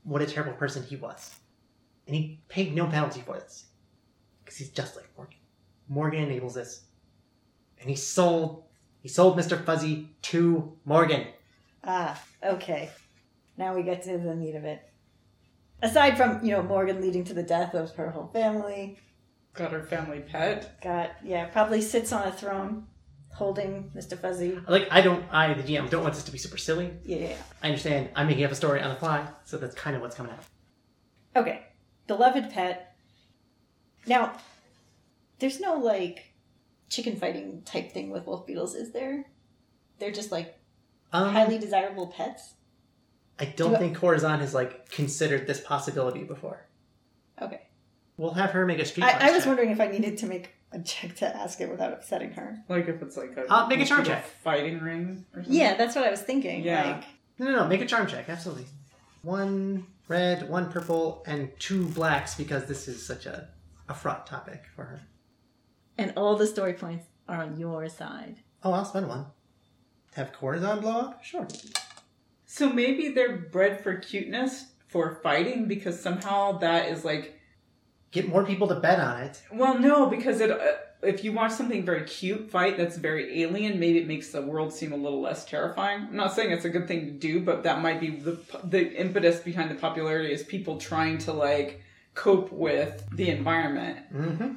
Speaker 2: what a terrible person he was, and he paid no penalty for this because he's just like Morgan. Morgan enables this, and he sold he sold Mister Fuzzy to Morgan.
Speaker 4: Ah, okay. Now we get to the meat of it. Aside from, you know, Morgan leading to the death of her whole family,
Speaker 3: Got her family pet.
Speaker 4: got, yeah, probably sits on a throne holding Mr. Fuzzy.
Speaker 2: Like I don't, I the GM don't want this to be super silly.
Speaker 4: Yeah, yeah, yeah.
Speaker 2: I understand. I'm making up a story on the fly, so that's kind of what's coming out.
Speaker 4: Okay. Beloved pet. Now, there's no like chicken fighting type thing with wolf beetles, is there? They're just like
Speaker 2: Um,
Speaker 4: highly desirable pets.
Speaker 2: I don't
Speaker 4: do-
Speaker 2: think Corazon has like considered this possibility before.
Speaker 4: Okay.
Speaker 2: We'll have her make a street.
Speaker 4: I, I was
Speaker 2: check.
Speaker 4: wondering if I needed to make a check to ask it without upsetting her.
Speaker 3: Like if it's like a
Speaker 2: Uh, make a charm check.
Speaker 3: fighting ring or something.
Speaker 4: Yeah, that's what I was thinking.
Speaker 3: Mm-hmm. Yeah.
Speaker 4: Like,
Speaker 2: No, no, no. Make a charm check. Absolutely. One red, one purple, and two blacks because this is such a a fraught topic for her.
Speaker 4: and all the story points are on your side.
Speaker 2: Oh, I'll spend one. Have Corazon blow up? Sure.
Speaker 3: So maybe they're bred for cuteness for fighting because somehow that is like
Speaker 2: Get more people to bet on it.
Speaker 3: Well, no, because it. Uh, if you watch something very cute fight that's very alien, maybe it makes the world seem a little less terrifying. I'm not saying it's a good thing to do, but that might be the the impetus behind the popularity is people trying to like cope with the environment.
Speaker 2: Mm-hmm.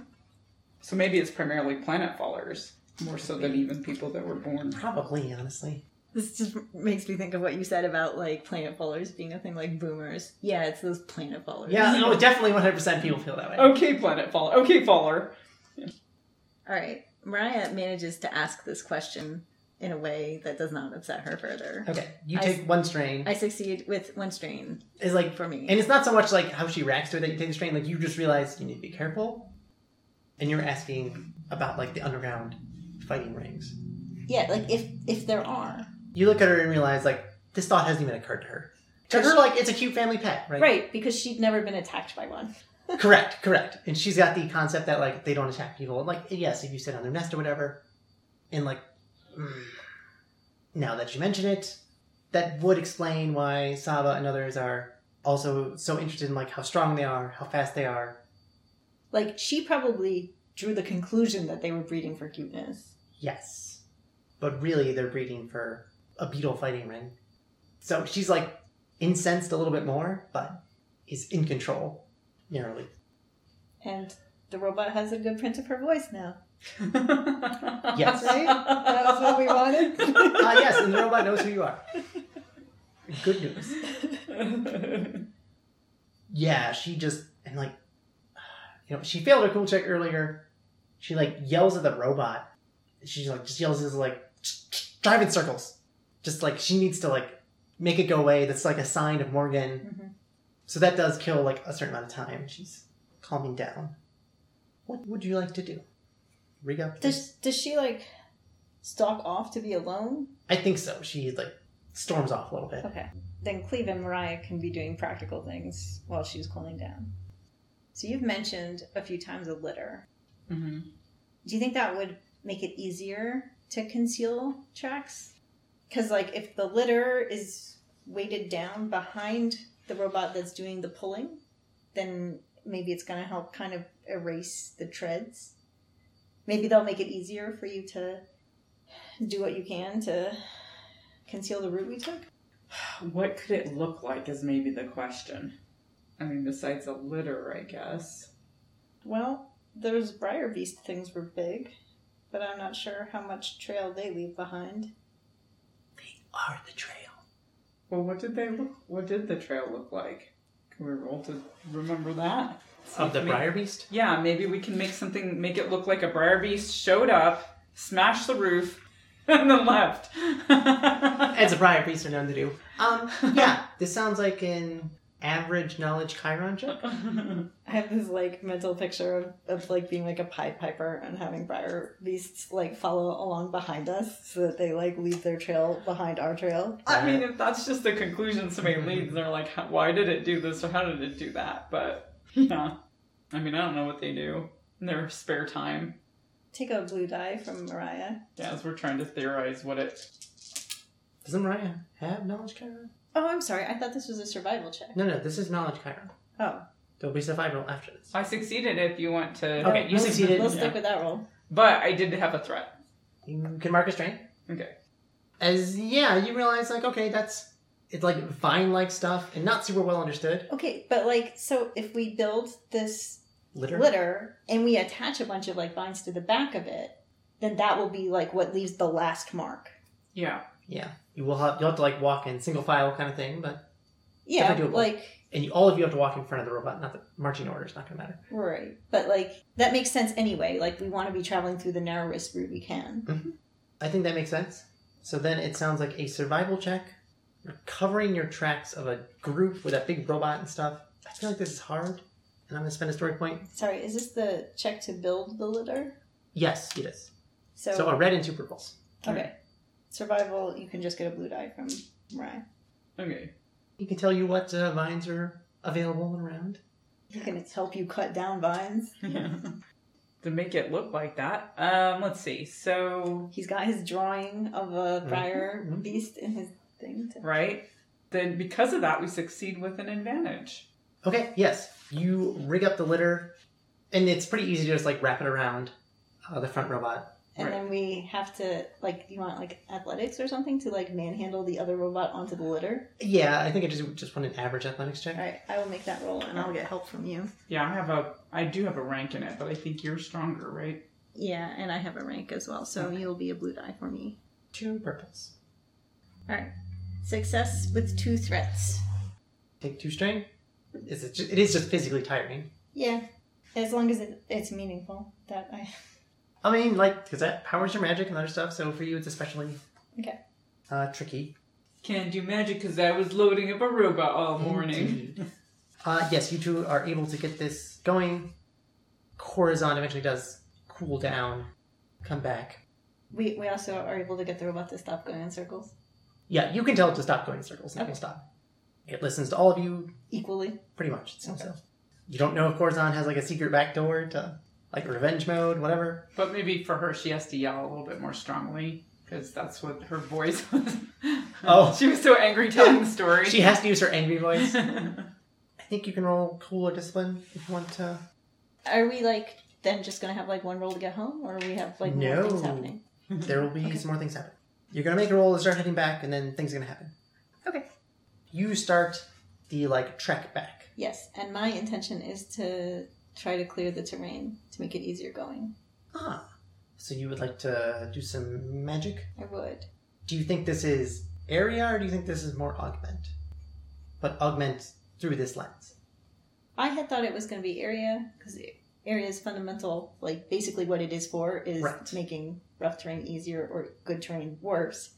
Speaker 3: So maybe it's primarily planet fallers more so than even people that were born.
Speaker 2: Probably, honestly.
Speaker 4: This just makes me think of what you said about like planet fallers being a thing like boomers. Yeah, it's those planet fallers.
Speaker 2: Yeah, no, definitely 100% people feel that
Speaker 4: Oh.
Speaker 2: way.
Speaker 3: Okay, planet faller. Okay, faller.
Speaker 4: All right. Mariah manages to ask this question in a way that does not upset her further.
Speaker 2: Okay, you
Speaker 4: I-
Speaker 2: take one strain.
Speaker 4: I succeed with one strain
Speaker 2: It's like
Speaker 4: for me.
Speaker 2: And it's not so much like how she reacts to it that you take the strain, like you just realize you need to be careful. And you're asking about like the underground fighting rings.
Speaker 4: yeah, like if if there are.
Speaker 2: You look at her and realize like this thought hasn't even occurred to her. To her, like it's a cute family pet, right?
Speaker 4: Right, because she'd never been attacked by one.
Speaker 2: correct, correct. And she's got the concept that like they don't attack people. And, like yes, if you sit on their nest or whatever. And like mm, now that you mention it, that would explain why Saba and others are also so interested in like how strong they are, how fast they are.
Speaker 4: Like she probably drew the conclusion that they were breeding for cuteness.
Speaker 2: Yes. But really, they're breeding for a beetle fighting ring. So she's like incensed a little bit more, but is in control narrowly.
Speaker 4: And the robot has a good print of her voice now.
Speaker 3: yes.
Speaker 4: Right? That was what we wanted.
Speaker 2: Ah, yes, and the robot knows who you are. Good news. Yeah, she just, and like, you know, she failed her cool check earlier. She like yells at the robot. She's like, just yells, is like, drive in circles. Just like, she needs to like make it go away. That's like a sign of Morgan.
Speaker 4: Mhm.
Speaker 2: So that does kill like a certain amount of time. She's calming down. What would you like to do? Riga?
Speaker 4: Does does she like stalk off to be alone?
Speaker 2: I think so. She like storms off a little bit.
Speaker 4: Okay. Then Cleve and Mariah can be doing practical things while she's cooling down. So you've mentioned a few times a litter.
Speaker 3: hmm
Speaker 4: Do you think that would make it easier to conceal tracks? Because, like, if the litter is weighted down behind the robot that's doing the pulling, then maybe it's going to help kind of erase the treads. Maybe they'll make it easier for you to do what you can to conceal the route we took.
Speaker 3: What could it look like is maybe the question. I mean, besides a litter, I guess.
Speaker 4: Well, those briar beast things were big, but I'm not sure how much trail they leave behind.
Speaker 2: are the trail.
Speaker 3: Well, what did they look? What did the trail look like? Can we roll to remember that? See
Speaker 2: Of
Speaker 3: if
Speaker 2: the
Speaker 3: we-
Speaker 2: Briar Beast?
Speaker 3: Yeah, maybe we can make something, make it look like a Briar Beast showed up, smashed the roof, and then left.
Speaker 2: As a Briar Beast are known to do. Um, yeah, this sounds like an average knowledge Chiron check.
Speaker 4: I have this like mental picture of, of like being like a pied piper and having briar beasts like follow along behind us so that they like leave their trail behind our trail.
Speaker 3: I mean, if that's just the conclusion somebody leads, they're like, "How- why did it do this or how did it do that? But yeah, I mean, I don't know what they do in their spare time.
Speaker 4: Take a blue die from Mariah.
Speaker 3: Yeah, as we're trying to theorize what it.
Speaker 2: Doesn't Mariah have knowledge Chiron?
Speaker 4: Oh, I'm sorry. I thought this was a survival check.
Speaker 2: No, no, this is knowledge Chiron.
Speaker 4: Oh,
Speaker 2: There'll be survival after this.
Speaker 3: I succeeded. If you want to,
Speaker 2: Okay, you
Speaker 4: we'll-
Speaker 2: Oh, succeeded.
Speaker 4: We'll
Speaker 3: Yeah.
Speaker 4: stick with that roll.
Speaker 3: but I did have a threat.
Speaker 2: You can mark a strain.
Speaker 3: Okay.
Speaker 2: As yeah, you realize like okay, that's it's like vine-like stuff and not super well understood.
Speaker 4: Okay, but like, so if we build this
Speaker 2: Litter.
Speaker 4: glitter and we attach a bunch of like vines to the back of it, then that will be like what leaves the last mark.
Speaker 3: Yeah.
Speaker 2: Yeah, you will have you will have to like walk in single file kind of thing, but
Speaker 4: Yeah,
Speaker 2: Definitely doable.
Speaker 4: like
Speaker 2: and you, all of you have to walk in front of the robot. Not the marching order is not going to matter.
Speaker 4: Right. But like that makes sense anyway. Like we want to be traveling through the narrowest route we can.
Speaker 2: I think that makes sense. So then it sounds like a survival check. You're covering your tracks of a group with that big robot and stuff. I feel like this is hard, and I'm going to spend a story point.
Speaker 4: Sorry, is this the check to build the litter?
Speaker 2: Yes, it is.
Speaker 4: So,
Speaker 2: so uh, a red and two purples.
Speaker 4: okay. Survival, you can just get a blue die from Ryan.
Speaker 3: Okay.
Speaker 2: He can tell you what uh, vines are available and around.
Speaker 4: He can help you cut down vines.
Speaker 3: to make it look like that. Um, let's see. So
Speaker 4: He's got his drawing of a briar
Speaker 2: Mhm.
Speaker 4: beast in his thing. To...
Speaker 3: right then, because of that, we succeed with an advantage.
Speaker 2: Okay, yes. You rig up the litter, and it's pretty easy to just like wrap it around uh, the front robot.
Speaker 4: And
Speaker 3: Right.
Speaker 4: then we have to like you want like athletics or something to like manhandle the other robot onto the litter.
Speaker 2: Yeah, I think I just just want an average athletics check.
Speaker 4: All right, I will make that roll and I'll get help from you.
Speaker 3: Yeah, I have a. I do have a rank in it, but I think you're stronger, right?
Speaker 4: Yeah, and I have a rank as well, so you'll be a blue die for me.
Speaker 2: Two purples.
Speaker 4: All right. Success with two threats.
Speaker 2: Take two strain. Is it? Just, it is just physically tiring.
Speaker 4: Yeah. As long as it, it's meaningful. That I
Speaker 2: I mean, like, because that powers your magic and other stuff. So for you, it's especially
Speaker 4: Okay.
Speaker 2: uh, tricky.
Speaker 3: Can't do magic because I was loading up a robot all morning.
Speaker 2: Indeed. Uh, yes, you two are able to get this going. Corazon eventually does cool down, come back.
Speaker 4: we, we also are able to get the robot to stop going in circles
Speaker 2: Yeah, you can tell it to stop going in circles. and It will stop. It listens to all of you
Speaker 4: equally.
Speaker 2: pretty much. It seems so. You don't know if Corazon has like a secret backdoor to like revenge mode, whatever.
Speaker 3: But maybe for her, she has to yell a little bit more strongly because that's what her voice was.
Speaker 2: Oh.
Speaker 3: she was so angry telling the story.
Speaker 2: She has to use her angry voice. I think you can roll cool or discipline if you want to.
Speaker 4: Are we like then just gonna have like one roll to get home or we have like more
Speaker 2: No.
Speaker 4: things happening?
Speaker 2: There will be some more things happen. You're gonna make a roll and start heading back, and then things are gonna happen.
Speaker 4: Okay.
Speaker 2: You start the like trek back.
Speaker 4: Yes, and my intention is to try to clear the terrain to make it easier going.
Speaker 2: Ah, so you would like to do some magic?
Speaker 4: I would.
Speaker 2: Do you think this is area, or do you think this is more augment? But augment through this lens.
Speaker 4: I had thought it was gonna be area because area is fundamental. Like basically what it is for is
Speaker 2: Right.
Speaker 4: making rough terrain easier or good terrain worse.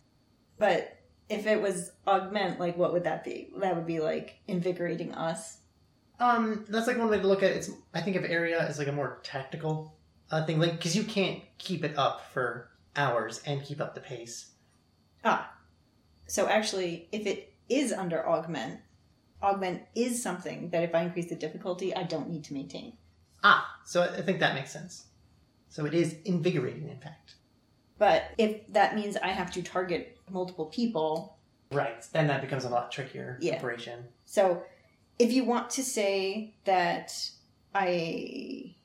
Speaker 4: But if it was augment, like what would that be? That would be like invigorating us.
Speaker 2: Um, that's like one way to look at it. It's, I think of area as like a more tactical uh, thing, like because you can't keep it up for hours and keep up the pace.
Speaker 4: So actually, if it is under augment, augment is something that if I increase the difficulty, I don't need to maintain.
Speaker 2: Ah, so I I think that makes sense. So it is invigorating, in fact.
Speaker 4: But if that means I have to target multiple people,
Speaker 2: Right. Then that becomes a lot trickier
Speaker 4: Yeah.
Speaker 2: operation.
Speaker 4: So, if you want to say that I.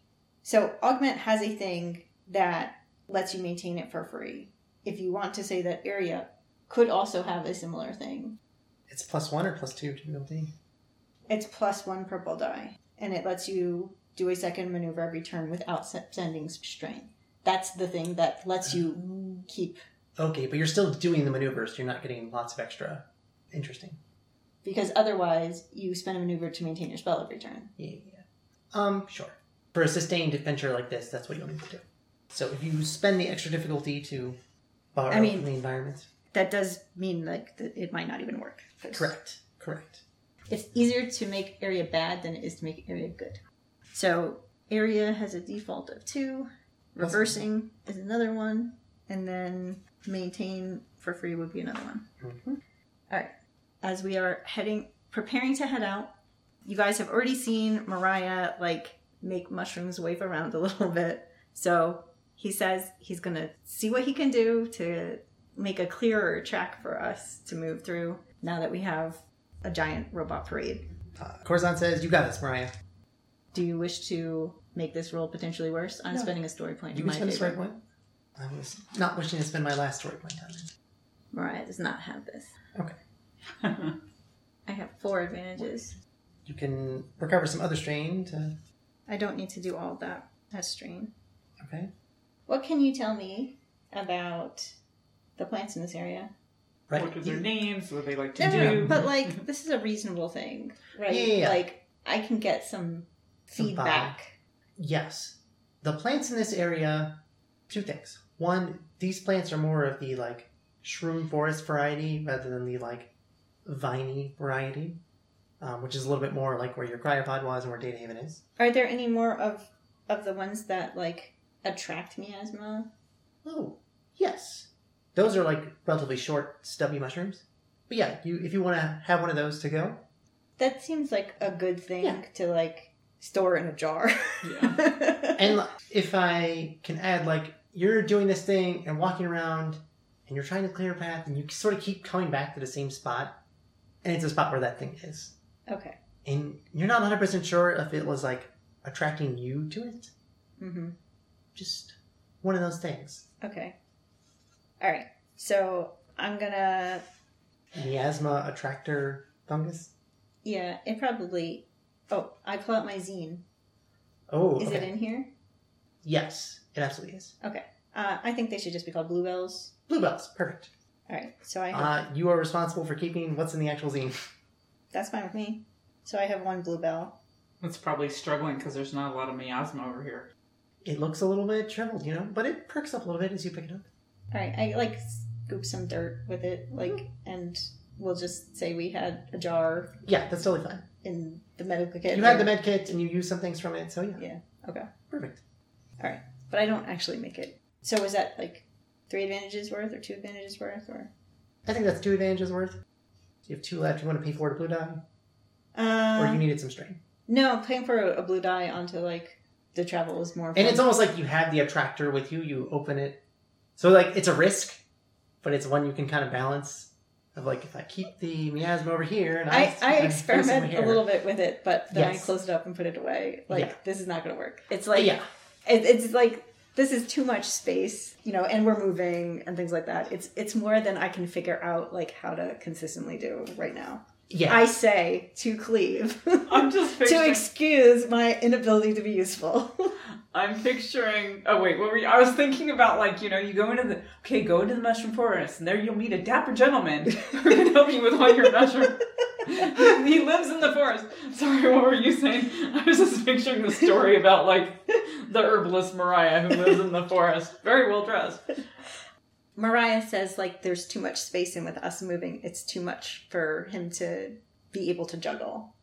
Speaker 4: So, Augment has a thing that lets you maintain it for free. If you want to say that Area could also have a similar thing,
Speaker 2: It's plus one or plus two to building.
Speaker 4: it's plus one purple die, and it lets you do a second maneuver every turn without se- sending strain. That's the thing that lets you keep
Speaker 2: Okay, but you're still doing the maneuvers. You're not getting lots of extra. Interesting.
Speaker 4: because otherwise you spend a maneuver to maintain your spell every turn.
Speaker 2: Yeah. Um, sure. For a sustained adventure like this, that's what you'll need to do. So if you spend the extra difficulty to borrow
Speaker 4: I mean-
Speaker 2: from the environment.
Speaker 4: That does mean like that it might not even work. 'cause
Speaker 2: Correct. Correct.
Speaker 4: It's easier to make area bad than it is to make area good. So area has a default of two. Reversing is another one, and then maintain for free would be another one.
Speaker 2: Mhm.
Speaker 4: All right. As we are heading, preparing to head out, you guys have already seen Mariah like make mushrooms wave around a little bit. So he says he's gonna see what he can do to make a clearer track for us to move through now that we have a giant robot parade.
Speaker 2: Uh, Corazon says, "You got this, Mariah.
Speaker 4: Do you wish to make this roll potentially worse? I'm
Speaker 2: No.
Speaker 4: spending a story point in
Speaker 2: You can
Speaker 4: my
Speaker 2: spend a
Speaker 4: favor.
Speaker 2: story point." I was not wishing to spend my last story point on it.
Speaker 4: Mariah does not have this.
Speaker 2: Okay.
Speaker 4: I have four advantages.
Speaker 2: You can recover some other strain to.
Speaker 4: I don't need to do all that. That's strain.
Speaker 2: Okay.
Speaker 4: What can you tell me about the plants in this area?
Speaker 2: Right.
Speaker 3: What are
Speaker 2: You-
Speaker 3: their names? What they like to
Speaker 4: No, no,
Speaker 3: do?
Speaker 4: no, but like this is a reasonable thing, right?
Speaker 2: Yeah, yeah, yeah.
Speaker 4: Like I can get some
Speaker 2: Some
Speaker 4: feedback.
Speaker 2: Yes. The plants in this area, two things. One, these plants are more of the like shroom forest variety rather than the like viney variety, um, which is a little bit more like where your cryopod was and where Data Haven is.
Speaker 4: Are there any more of of the ones that like attract miasma?
Speaker 2: Oh, yes. Those are like relatively short, stubby mushrooms. But yeah, you if you want to have one of those to go,
Speaker 4: That seems like a good thing
Speaker 2: Yeah.
Speaker 4: to like store in a jar.
Speaker 3: Yeah.
Speaker 2: and like, if I can add, like you're doing this thing and walking around, and you're trying to clear a path, and you sort of keep coming back to the same spot, and it's a spot where that thing is,
Speaker 4: okay.
Speaker 2: and you're not 100 percent sure if it was like attracting you to it.
Speaker 4: Mm-hmm.
Speaker 2: Just one of those things.
Speaker 4: Okay. All right. So I'm gonna.
Speaker 2: Miasma attractor fungus.
Speaker 4: Yeah. It probably. Oh, I pull out my zine.
Speaker 2: Oh,
Speaker 4: Is
Speaker 2: okay.
Speaker 4: it in here?
Speaker 2: yes, it absolutely is.
Speaker 4: Uh, I think they should just be called bluebells.
Speaker 2: Bluebells, perfect.
Speaker 4: All right. So I have,
Speaker 2: Uh, you are responsible for keeping what's in the actual zine.
Speaker 4: that's fine with me. So I have one bluebell.
Speaker 3: That's probably struggling because there's not a lot of miasma over here.
Speaker 2: It looks a little bit shriveled, you know, but it perks up a little bit as you pick it up.
Speaker 4: All right. I like scoop some dirt with it, like,
Speaker 2: Mm-hmm.
Speaker 4: and we'll just say we had a jar
Speaker 2: Yeah, that's totally fine.
Speaker 4: in the medical kit.
Speaker 2: you had the med kit and you used some things from it, so yeah.
Speaker 4: Yeah, okay.
Speaker 2: Perfect.
Speaker 4: but I don't actually make it. So was that like three advantages worth or two advantages worth or?
Speaker 2: I think that's two advantages worth. You have two left. You want to pay for a blue die,
Speaker 4: Uh,
Speaker 2: or you needed some strain.
Speaker 4: no, paying for a, a blue die onto like the travel is more.
Speaker 2: And
Speaker 4: fun.
Speaker 2: it's almost like you have the attractor with you. You open it, so like it's a risk, but it's one you can kind of balance. Of like, if I keep the miasma over here, and I,
Speaker 4: I, I
Speaker 2: I'm placing
Speaker 4: experiment
Speaker 2: it
Speaker 4: a little bit with it, but then
Speaker 2: Yes.
Speaker 4: I close it up and put it away. Like
Speaker 2: Yeah.
Speaker 4: this is not going to work. It's
Speaker 2: here.
Speaker 4: like
Speaker 2: yeah,
Speaker 4: it, it's like this is too much space, you know, and we're moving and things like that. It's it's more than I can figure out like how to consistently do right now.
Speaker 2: yeah.
Speaker 4: I say to cleave
Speaker 3: I'm just
Speaker 4: to
Speaker 3: picturing.
Speaker 4: excuse my inability to be useful.
Speaker 3: I'm picturing. Oh wait, what were you? I was thinking about like you know you go into the okay go into the mushroom forest and there you'll meet a dapper gentleman who can help you with all your mushrooms. he lives in the forest. Sorry, what were you saying? I was just picturing the story about like the herbalist Mariah who lives in the forest, very well dressed.
Speaker 4: Mariah says like there's too much space and with us moving, it's too much for him to be able to juggle.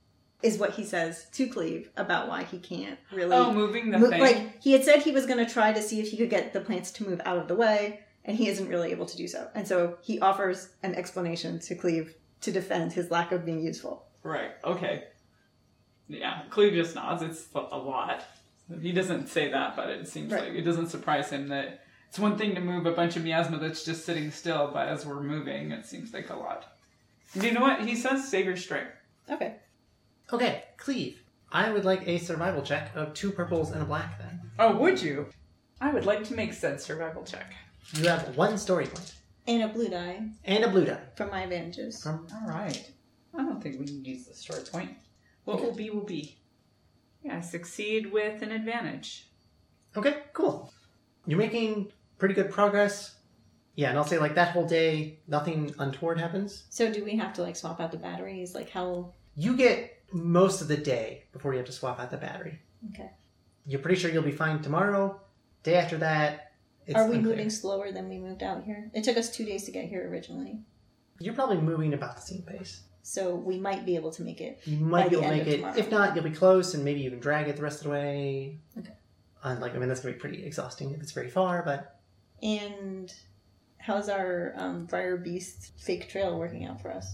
Speaker 4: Is what he says to Cleve about why he can't really
Speaker 3: Oh, moving the
Speaker 4: mo-
Speaker 3: thing.
Speaker 4: like he had said he was going to try to see if he could get the plants to move out of the way and he isn't really able to do so. And so he offers an explanation to Cleve to defend his lack of being useful.
Speaker 3: Right. Okay. Yeah. Cleve just nods. It's a lot. He doesn't say that, but it seems
Speaker 4: Right.
Speaker 3: like it doesn't surprise him that it's one thing to move a bunch of miasma that's just sitting still, but as we're moving, it seems like a lot. Do you know what he says? Save your strength.
Speaker 4: Okay.
Speaker 2: Okay, Cleve. I would like a survival check of two purples and a black. Then
Speaker 3: Oh, would you? I would like to make sense survival check.
Speaker 2: you have one story point
Speaker 4: And a blue die
Speaker 2: and a blue die.
Speaker 4: from my advantages.
Speaker 2: From
Speaker 3: All right. I don't think we can use the story point. What will be will be. Yeah, succeed with an advantage.
Speaker 2: Okay, cool. You're making pretty good progress. Yeah, and I'll say like that whole day, nothing untoward happens.
Speaker 4: So do we have to like swap out the batteries? Like how?
Speaker 2: You get most of the day before you have to swap out the battery.
Speaker 4: Okay.
Speaker 2: You're pretty sure you'll be fine tomorrow. Day after that, it's
Speaker 4: Are we
Speaker 2: unclear.
Speaker 4: moving slower than we moved out here? It took us two days to get here originally,
Speaker 2: You're probably moving about the same pace.
Speaker 4: so we might be able to make it.
Speaker 2: You
Speaker 4: By
Speaker 2: might be
Speaker 4: the
Speaker 2: able to
Speaker 4: end
Speaker 2: make
Speaker 4: of
Speaker 2: it.
Speaker 4: tomorrow.
Speaker 2: If not, you'll be close and maybe even drag it the rest of the way.
Speaker 4: Okay.
Speaker 2: And like, I mean, that's gonna be pretty exhausting if it's very far, but
Speaker 4: And how's our um, Briar Beast fake trail working out for us?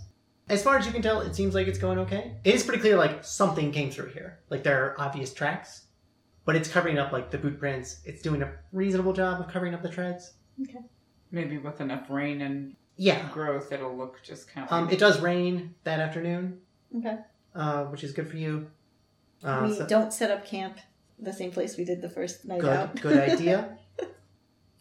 Speaker 2: as far as you can tell, it seems like it's going okay. It is pretty clear like something came through here. Like there are obvious tracks, but it's covering up like the boot prints. It's doing a reasonable job of covering up the treads.
Speaker 3: Maybe with enough rain and
Speaker 2: Yeah.
Speaker 3: growth, it'll look just kind of.
Speaker 2: Um, it does rain that afternoon,
Speaker 4: Okay.
Speaker 2: uh, which is good for you. Uh,
Speaker 4: we
Speaker 2: so-
Speaker 4: don't set up camp the same place we did the first night out.
Speaker 2: good, good idea.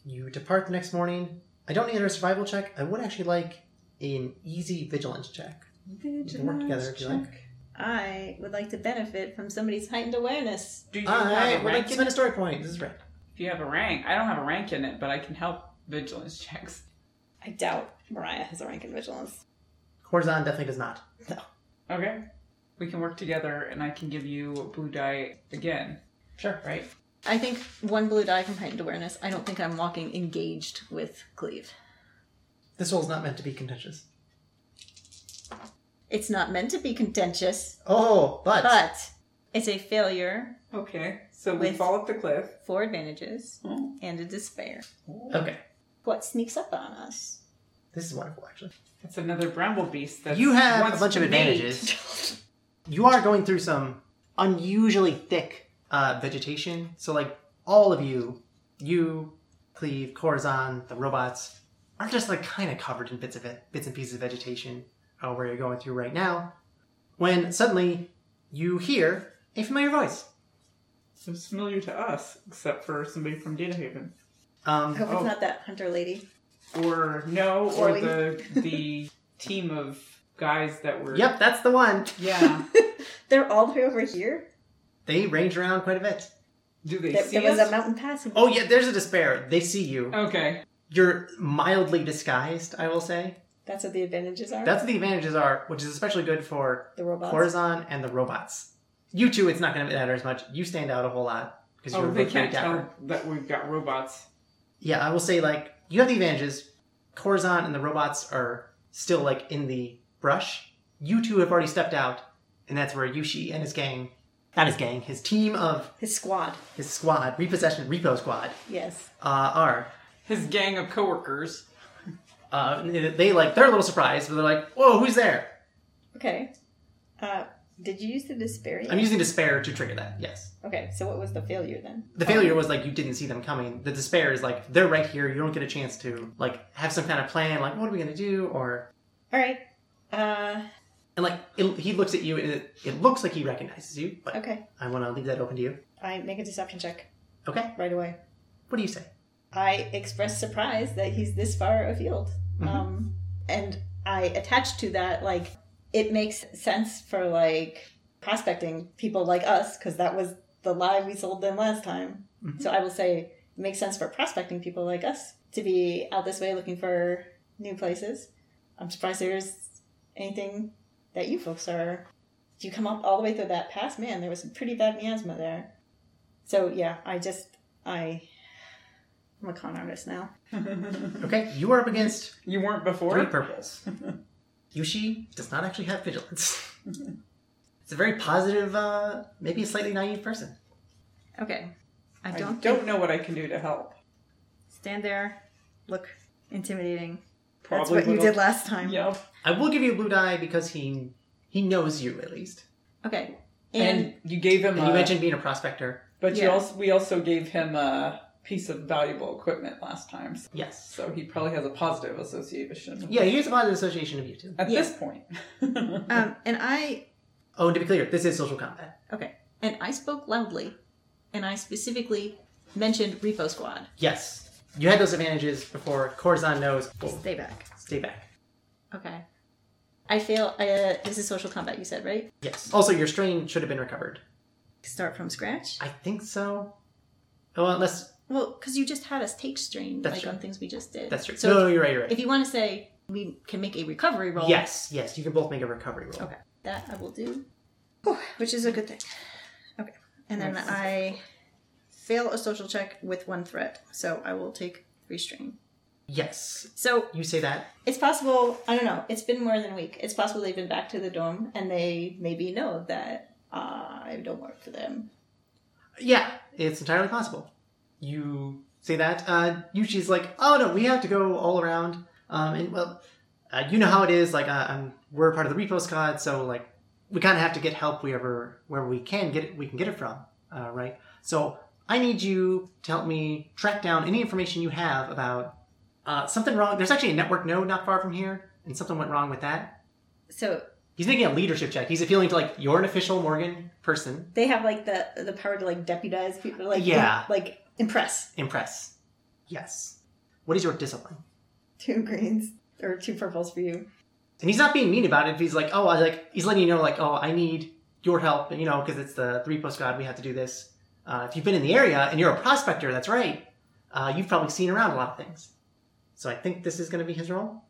Speaker 2: You depart the next morning. I don't need a survival check. I would actually like an easy vigilance check.
Speaker 3: Vigilance
Speaker 2: can work together if you like.
Speaker 3: check.
Speaker 4: I would like to benefit from somebody's heightened awareness.
Speaker 3: Do you
Speaker 2: I
Speaker 3: have a
Speaker 2: would like
Speaker 3: rank
Speaker 2: to
Speaker 3: in
Speaker 2: spend a
Speaker 3: it?
Speaker 2: story point. This is right.
Speaker 3: If you have a rank, I don't have a rank in it, but I can help vigilance checks.
Speaker 4: I doubt Mariah has a rank in vigilance.
Speaker 2: Corazon definitely does not.
Speaker 3: Okay. We can work together, and I can give you blue dye again,
Speaker 2: Sure.
Speaker 3: right?
Speaker 4: I think one blue die from heightened awareness. I don't think I'm walking engaged with Cleve.
Speaker 2: This roll is not meant to be contentious.
Speaker 4: It's not meant to be contentious,
Speaker 2: Oh, but,
Speaker 4: but it's a failure,
Speaker 3: Okay. So we
Speaker 4: With-
Speaker 3: fall up the cliff.
Speaker 4: four advantages,
Speaker 3: Oh.
Speaker 4: and a despair.
Speaker 2: okay,
Speaker 4: What sneaks up on us?
Speaker 2: this is wonderful actually.
Speaker 3: That's another bramble beast. That's
Speaker 2: you have a
Speaker 3: wants
Speaker 2: bunch of
Speaker 3: to mate.
Speaker 2: advantages. you are going through some unusually thick uh, vegetation. So, like, all of you, you, Cleve, Corazon, the robots, are just like kind of covered in bits of it, bits and pieces of vegetation uh, where you're going through right now. When suddenly you hear a familiar voice.
Speaker 3: So it's familiar to us, except for somebody from Data Haven.
Speaker 4: I
Speaker 2: Um,
Speaker 4: hope it's
Speaker 3: Oh.
Speaker 4: not that hunter lady.
Speaker 3: Or no, or
Speaker 4: Chloe.
Speaker 3: the the team of guys that were
Speaker 2: yep, that's the one.
Speaker 3: Yeah.
Speaker 4: They're all the way over here.
Speaker 2: They range around quite a bit.
Speaker 3: Do they
Speaker 4: There,
Speaker 3: see
Speaker 4: there was
Speaker 3: us?
Speaker 4: a mountain pass.
Speaker 2: Oh yeah, there's a despair. They see you.
Speaker 3: okay.
Speaker 2: You're mildly disguised, I will say.
Speaker 4: That's what the advantages are.
Speaker 2: That's what the advantages are, which is especially good for
Speaker 4: the robots.
Speaker 2: Corazon and the robots. You two, it's not going to matter as much. You stand out a whole lot because you're
Speaker 3: Oh, they
Speaker 2: both very
Speaker 3: can't
Speaker 2: dapper.
Speaker 3: tell that we've got robots.
Speaker 2: Yeah, I will say like you have the advantages. Corazon and the robots are still like in the brush. You two have already stepped out, and that's where Yushi and his gang, not his gang, his team of
Speaker 4: His squad.
Speaker 2: his squad, repossession repo squad,
Speaker 4: Yes.
Speaker 2: uh, are.
Speaker 3: His gang of coworkers.
Speaker 2: Uh, they like they're a little surprised, but they're like, "Whoa, who's there?"
Speaker 4: Okay. Uh, did you use the despair? yet?
Speaker 2: I'm using despair to trigger that. Yes.
Speaker 4: Okay, so what was the failure then?
Speaker 2: The failure was like you didn't see them coming. The despair is like they're right here. You don't get a chance to like have some kind of plan. Like what are we gonna do? Or
Speaker 4: All right. Uh,
Speaker 2: and like it, he looks at you and it, it looks like he recognizes you. But
Speaker 4: okay.
Speaker 2: I want to leave that open to you.
Speaker 4: I make a deception check
Speaker 2: Okay.
Speaker 4: right away.
Speaker 2: What do you say?
Speaker 4: I express surprise that he's this far afield.
Speaker 2: Mhm.
Speaker 4: Um, and I attach to that, like, it makes sense for, like, prospecting people like us, because that was the lie we sold them last time.
Speaker 2: Mhm.
Speaker 4: So I will say it makes sense for prospecting people like us to be out this way looking for new places. I'm surprised there's anything that you folks are. You come up all the way through that pass, man, there was some pretty bad miasma there. So yeah, I just, I I'm a con artist now.
Speaker 2: Okay. You are up against
Speaker 3: you weren't
Speaker 2: three
Speaker 3: before?
Speaker 2: purples. Yushi does not actually have vigilance. it's a very positive, uh, maybe a slightly naive person.
Speaker 4: Okay. I
Speaker 3: I
Speaker 4: don't,
Speaker 3: don't know what I can do to help.
Speaker 4: stand there. Look intimidating. That's
Speaker 3: Probably
Speaker 4: what you
Speaker 3: would've-
Speaker 4: did last time.
Speaker 3: Yep.
Speaker 2: I will give you a blue die because he he knows you at least.
Speaker 4: Okay. And,
Speaker 3: And, you gave him
Speaker 2: And
Speaker 3: a
Speaker 2: you mentioned being a prospector.
Speaker 3: but you
Speaker 4: Yeah.
Speaker 3: also we also gave him a piece of valuable equipment last time.
Speaker 2: Yes.
Speaker 3: So he probably has a positive association.
Speaker 2: Yeah, he is a positive association of you two.
Speaker 3: At
Speaker 4: Yeah.
Speaker 3: this point.
Speaker 4: um and I
Speaker 2: Oh, and to be clear, this is social combat.
Speaker 4: okay. And I spoke loudly and I specifically mentioned Repo Squad.
Speaker 2: Yes. You had those advantages before Corazon knows. Whoa,
Speaker 4: Stay back.
Speaker 2: stay back.
Speaker 4: Okay. I fail uh, this is social combat you said, right?
Speaker 2: Yes. Also, your strain should have been recovered.
Speaker 4: Start from scratch.
Speaker 2: I think so. Oh, unless
Speaker 4: Well, because you just had us take strain
Speaker 2: That's
Speaker 4: like
Speaker 2: true.
Speaker 4: on things we just did.
Speaker 2: That's true.
Speaker 4: So
Speaker 2: no, no, you're right. You're right.
Speaker 4: if you want to say we can make a recovery roll,
Speaker 2: Yes, yes, you can both make a recovery roll.
Speaker 4: Okay. that I will do, Whew, which is a good thing. Okay, and then
Speaker 3: Nice.
Speaker 4: I fail a social check with one threat, so I will take three strain.
Speaker 2: Yes,
Speaker 4: So
Speaker 2: you say that.
Speaker 4: it's possible. I don't know. It's been more than a week. It's possible they've been back to the dorm and they maybe know that I don't work for them.
Speaker 2: Yeah, it's entirely possible. You say that. Uh, Yushi's like, oh no, we have to go all around. Um, and well, uh, you know how it is. Like, uh, um, we're part of the repo squad, so like, we kind of have to get help wherever wherever we can get it. We can get it from, uh, right? So I need you to help me track down any information you have about uh, something wrong. There's actually a network node not far from here, and something went wrong with that.
Speaker 4: So
Speaker 2: He's making a leadership check. He's appealing to like you're an official Morgan person.
Speaker 4: they have like the the power to like deputize people, like
Speaker 2: Yeah.
Speaker 4: like impress
Speaker 2: Impress. Yes. What is your discipline?
Speaker 4: two greens or two purples for you.
Speaker 2: And he's not being mean about it. If he's like, oh, I like, he's letting you know, like, oh, I need your help, you know, because it's the three post god, we have to do this. Uh, if you've been in the area and you're a prospector, that's right. Uh, you've probably seen around a lot of things. So I think this is going to be his role.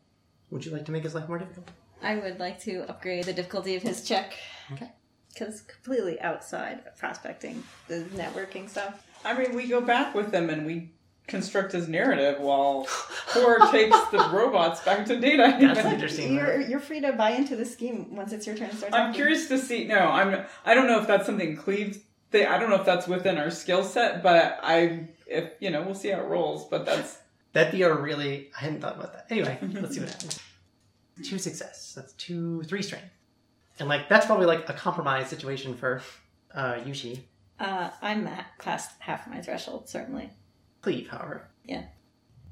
Speaker 2: Would you like to make his life more difficult?
Speaker 4: I would like to upgrade the difficulty of his check.
Speaker 2: Okay.
Speaker 4: Because completely outside of prospecting, the networking stuff.
Speaker 3: I mean, we go back with him and we construct his narrative while Core takes the robots back to data.
Speaker 2: That's interesting.
Speaker 4: You're you're free to buy into the scheme once it's your turn to start.
Speaker 3: I'm
Speaker 4: talking.
Speaker 3: curious to see. No, I'm. I don't know if that's something Cleve. They, I don't know if that's within our skill set, but I, if you know, we'll see how it rolls. But that's
Speaker 2: That'd be a really, I hadn't thought about that. Anyway, let's see what happens. Two success. That's two, three strain. And like, that's probably like a compromise situation for uh, Yushi.
Speaker 4: Uh, I'm at past half my threshold, certainly.
Speaker 2: Cleve, however.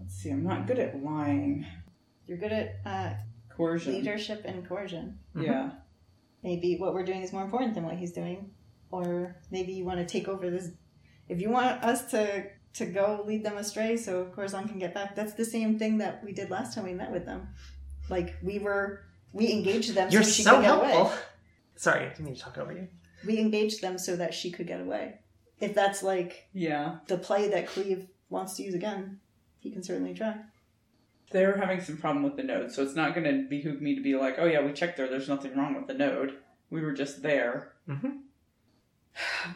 Speaker 3: let's see. I'm not good at lying.
Speaker 4: You're good at uh,
Speaker 3: Coercion.
Speaker 4: leadership and coercion.
Speaker 2: Mhm.
Speaker 3: Yeah.
Speaker 4: Maybe what we're doing is more important than what he's doing, or maybe you want to take over this. If you want us to to go lead them astray, so Corazon can get back. That's the same thing that we did last time we met with them. Like we were, we engaged them.
Speaker 2: You're
Speaker 4: so she
Speaker 2: so
Speaker 4: could get
Speaker 2: helpful.
Speaker 4: Away.
Speaker 2: Sorry, I didn't mean to talk over you.
Speaker 4: We engaged them so that she could get away. If that's like
Speaker 3: Yeah.
Speaker 4: the play that Cleve wants to use again, he can certainly try.
Speaker 3: They're having some problem with the node, so it's not going to behoove me to be like, oh yeah, we checked there. There's nothing wrong with the node. We were just there.
Speaker 2: Mm-hmm.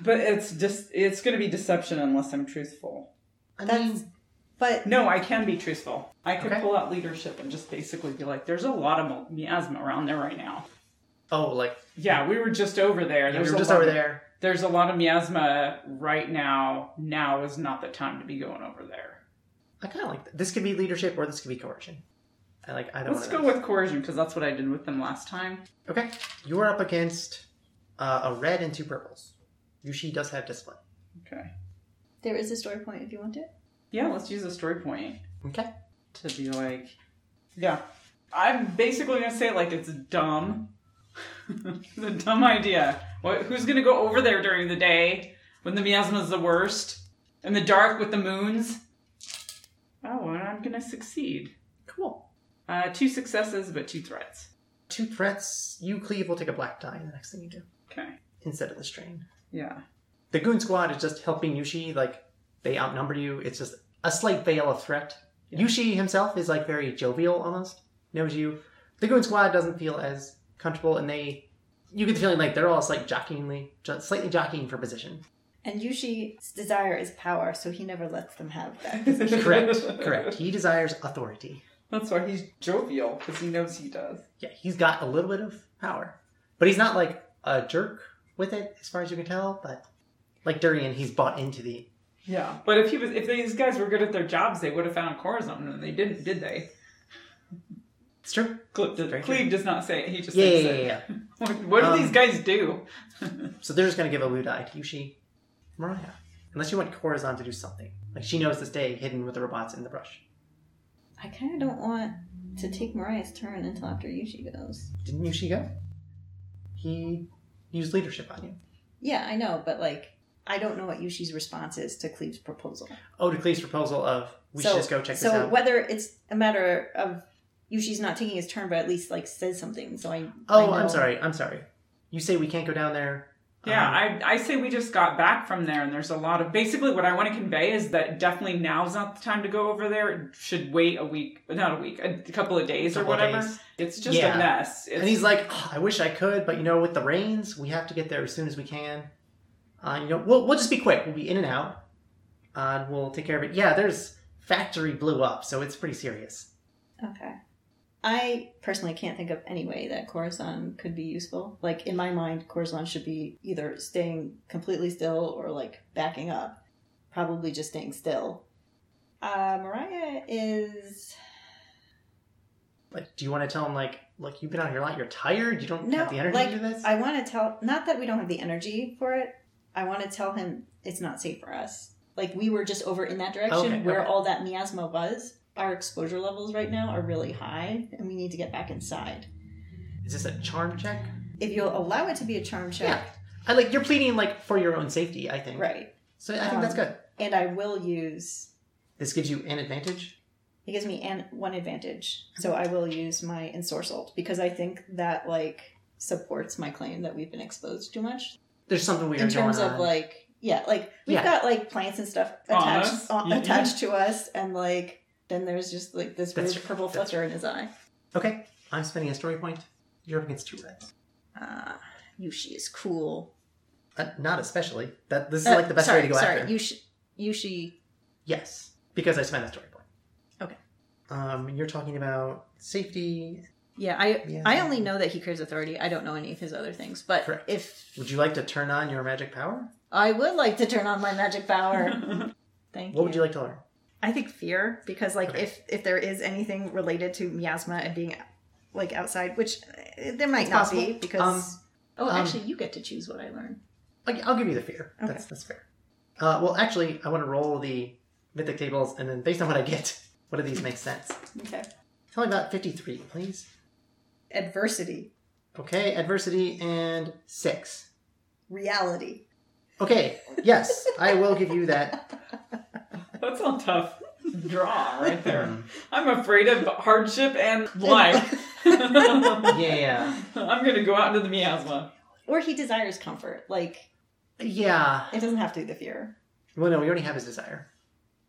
Speaker 3: But it's just it's going to be deception unless I'm truthful.
Speaker 2: I
Speaker 4: That's-
Speaker 2: mean,
Speaker 4: But
Speaker 3: No, I can be truthful. I could
Speaker 2: Okay.
Speaker 3: pull out leadership and just basically be like, there's a lot of mo- miasma around there right now.
Speaker 2: oh, like
Speaker 3: Yeah, we were just over there.
Speaker 2: yeah, we
Speaker 3: There's
Speaker 2: were
Speaker 3: a
Speaker 2: just
Speaker 3: lot
Speaker 2: over
Speaker 3: of-
Speaker 2: there.
Speaker 3: There's a lot of miasma right now. Now is not the time to be going over there.
Speaker 2: I kind of like that. this. Could be leadership or this could be coercion. I like either
Speaker 3: Let's
Speaker 2: one.
Speaker 3: go
Speaker 2: of
Speaker 3: with coercion because that's what I did with them last time.
Speaker 2: those. okay. You are up against uh, a red and two purples. Yushi does have discipline.
Speaker 3: Okay.
Speaker 4: there is a story point if you want it.
Speaker 3: Yeah, let's use a story point
Speaker 2: Okay.
Speaker 3: to be like, yeah. I'm basically gonna say like it's dumb. it's a dumb idea. What, who's gonna go over there during the day when the miasma's the worst? In the dark with the moons? Oh, and I'm gonna succeed.
Speaker 2: Cool.
Speaker 3: Uh, two successes, but two threats.
Speaker 2: Two threats. You Cleve will take a black die the next thing you do
Speaker 3: Okay.
Speaker 2: instead of the strain.
Speaker 3: Yeah.
Speaker 2: The goon squad is just helping Yushi. Like they outnumber you. It's just a slight veil of threat.
Speaker 3: Yeah.
Speaker 2: Yushi himself is like very jovial almost. Knows you. The goon squad doesn't feel as comfortable, and they you get the feeling like they're all like jockeyingly, jo- slightly jockeying for position.
Speaker 4: And Yushi's desire is power, so he never lets them have that.
Speaker 2: correct, correct. He desires authority.
Speaker 3: That's why he's jovial because he knows he does.
Speaker 2: Yeah, he's got a little bit of power, but he's not like a jerk with it, as far as you can tell. But like Durian, he's bought into the.
Speaker 3: Yeah. But if he was, if these guys were good at their jobs, they would have found Corazon, and they didn't, did they?
Speaker 2: It's true.
Speaker 3: Cleve,
Speaker 2: Very
Speaker 3: does,
Speaker 2: true.
Speaker 3: Cleve does not say it. He just
Speaker 2: Yeah, yeah,
Speaker 3: thinks
Speaker 2: yeah,
Speaker 3: it.
Speaker 2: yeah.
Speaker 3: What, what do
Speaker 2: Um,
Speaker 3: these guys do?
Speaker 2: So they're just gonna give a lewd eye to Yushi, Mariah, unless you want Corazon to do something. Like she knows this day, hidden with the robots in the brush.
Speaker 4: I kind of don't want to take Mariah's turn until after Yushi goes.
Speaker 2: Didn't Yushi go? He used leadership on you.
Speaker 4: Yeah, I know, but like, I don't know what Yushi's response is to Cleve's proposal.
Speaker 2: Oh, to Cleve's proposal of we
Speaker 4: So-
Speaker 2: should just go check
Speaker 4: so
Speaker 2: this out.
Speaker 4: whether it's a matter of Yushi's not taking his turn, but at least like says something. So I. I
Speaker 2: Oh,
Speaker 4: know-
Speaker 2: I'm sorry. I'm sorry. You say we can't go down there.
Speaker 3: Yeah,
Speaker 2: Um,
Speaker 3: I, I say we just got back from there, and there's a lot of basically what I want to convey is that definitely now's not the time to go over there. It Should wait a week, not a week, a couple of days
Speaker 2: Couple
Speaker 3: or
Speaker 2: of
Speaker 3: whatever.
Speaker 2: days.
Speaker 3: It's just
Speaker 2: Yeah.
Speaker 3: a mess. It's,
Speaker 2: and he's like, "Oh, I wish I could, but you know, with the rains, we have to get there as soon as we can. Uh, you know, we'll we'll just be quick. We'll be in and out, uh, and we'll take care of it. Yeah, there's factory blew up, so it's pretty serious.
Speaker 4: Okay. I personally can't think of any way that Coruscant could be useful. Like in my mind, Coruscant should be either staying completely still or like backing up. Probably just staying still. Uh, Mariah is
Speaker 2: Like, do you want to tell him like, look, you've been out here a lot. You're tired. You don't
Speaker 4: No,
Speaker 2: have the energy
Speaker 4: like,
Speaker 2: to do this.
Speaker 4: I want to tell, not that we don't have the energy for it, I want to tell him it's not safe for us. Like, we were just over in that direction
Speaker 2: Okay,
Speaker 4: where
Speaker 2: okay.
Speaker 4: all that miasma was. Our exposure levels right now are really high, and we need to get back inside.
Speaker 2: Is this a charm check?
Speaker 4: If you'll allow it to be a charm check,
Speaker 2: I like you're pleading like for your own safety. I think.
Speaker 4: right.
Speaker 2: So I think that's
Speaker 4: Um,
Speaker 2: good.
Speaker 4: And I will use,
Speaker 2: This gives you an advantage.
Speaker 4: it gives me an, one advantage. So I will use my ensorcelled because I think that, like, supports my claim that we've been exposed too much.
Speaker 2: There's something weird
Speaker 4: in terms
Speaker 2: going
Speaker 4: of
Speaker 2: on.
Speaker 4: like yeah like we've
Speaker 2: Yeah.
Speaker 4: got like plants and stuff
Speaker 3: On
Speaker 4: attached
Speaker 3: us?
Speaker 4: on-
Speaker 3: Yeah.
Speaker 4: attached to us and like then there's just like this
Speaker 2: That's
Speaker 4: weird
Speaker 2: right.
Speaker 4: purple
Speaker 2: That's
Speaker 4: flutter in his eye
Speaker 2: okay, I'm spending a story point. You're up against two reds.
Speaker 4: ah yushi is cool
Speaker 2: Uh, not especially. That this is
Speaker 4: Uh,
Speaker 2: like the best
Speaker 4: sorry,
Speaker 2: way to go
Speaker 4: sorry
Speaker 2: after. him.
Speaker 4: yushi yushi
Speaker 2: Yes, because I spent a story point.
Speaker 4: Okay.
Speaker 2: Um, you're talking about safety.
Speaker 4: yeah i
Speaker 2: Yeah.
Speaker 4: i only know that he carries authority i don't know any of his other things but
Speaker 2: Correct.
Speaker 4: if
Speaker 2: Would you like to turn on your magic power?
Speaker 4: i would like to turn on my magic power thank
Speaker 2: What would you like to learn?
Speaker 4: I think fear because like
Speaker 2: Okay.
Speaker 4: if if there is anything related to miasma and being like outside, which uh, there might
Speaker 2: It's
Speaker 4: not
Speaker 2: possible.
Speaker 4: be because
Speaker 2: Um,
Speaker 4: oh,
Speaker 2: um,
Speaker 4: actually, you get to choose what I learn.
Speaker 2: Like, I'll give you the fear.
Speaker 4: Okay.
Speaker 2: That's that's fair. Uh, well, actually, I want to roll the mythic tables, and then based on what I get, what of these makes sense?
Speaker 4: Okay,
Speaker 2: Tell me about fifty-three, please.
Speaker 4: adversity,
Speaker 2: Okay, adversity and six.
Speaker 4: reality.
Speaker 2: Okay, yes, I will give you that.
Speaker 3: That's a tough draw right there. I'm afraid of hardship and life. I'm
Speaker 2: Yeah,
Speaker 3: gonna go out into the miasma.
Speaker 4: Or he desires comfort. Like
Speaker 2: yeah.
Speaker 4: it doesn't have to be the fear.
Speaker 2: Well, no, we already have his desire.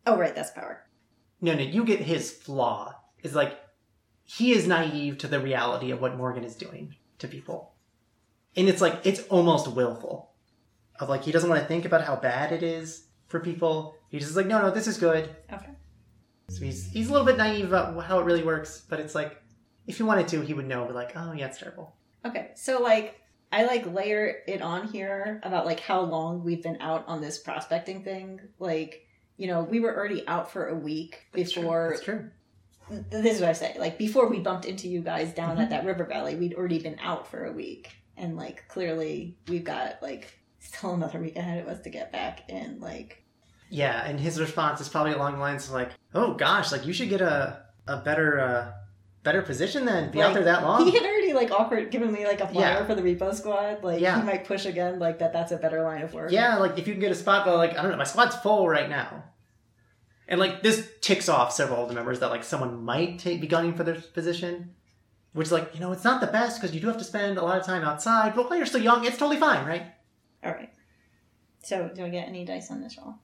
Speaker 4: Oh, right, that's power.
Speaker 2: No, no, you get his flaw. Is like he is naive to the reality of what Morgan is doing to people. And it's like it's almost willful. Of like he doesn't want to think about how bad it is for people. He's just like, no, no, this is good.
Speaker 4: Okay.
Speaker 2: So he's he's a little bit naive about how it really works, but it's like if he wanted to, he would know. But like, oh yeah, it's terrible.
Speaker 4: Okay, so like I like layer it on here about like how long we've been out on this prospecting thing. Like you know, we were already out for a week before
Speaker 2: That's true.
Speaker 4: this is what I say. Like before we bumped into you guys down
Speaker 2: Mhm.
Speaker 4: at that river valley, we'd already been out for a week, and like clearly we've got like still another week ahead of us to get back. And like,
Speaker 2: Yeah, and his response is probably along the lines of like, "Oh gosh, like you should get a a better uh, better position then. Be out
Speaker 4: Like,
Speaker 2: there that long."
Speaker 4: he had already like offered, given me like a flyer
Speaker 2: Um, Yeah.
Speaker 4: for the repo squad. Like
Speaker 2: Yeah.
Speaker 4: he might push again, like that. That's a better line of work.
Speaker 2: Yeah, like if you can get a spot, but like I don't know, my squad's full right now. And like this ticks off several of the members that like someone might take, be gunning for their position, which like you know it's not the best because you do have to spend a lot of time outside. But while you're still young, it's totally fine, right?
Speaker 4: All right. So do I get any dice on this roll?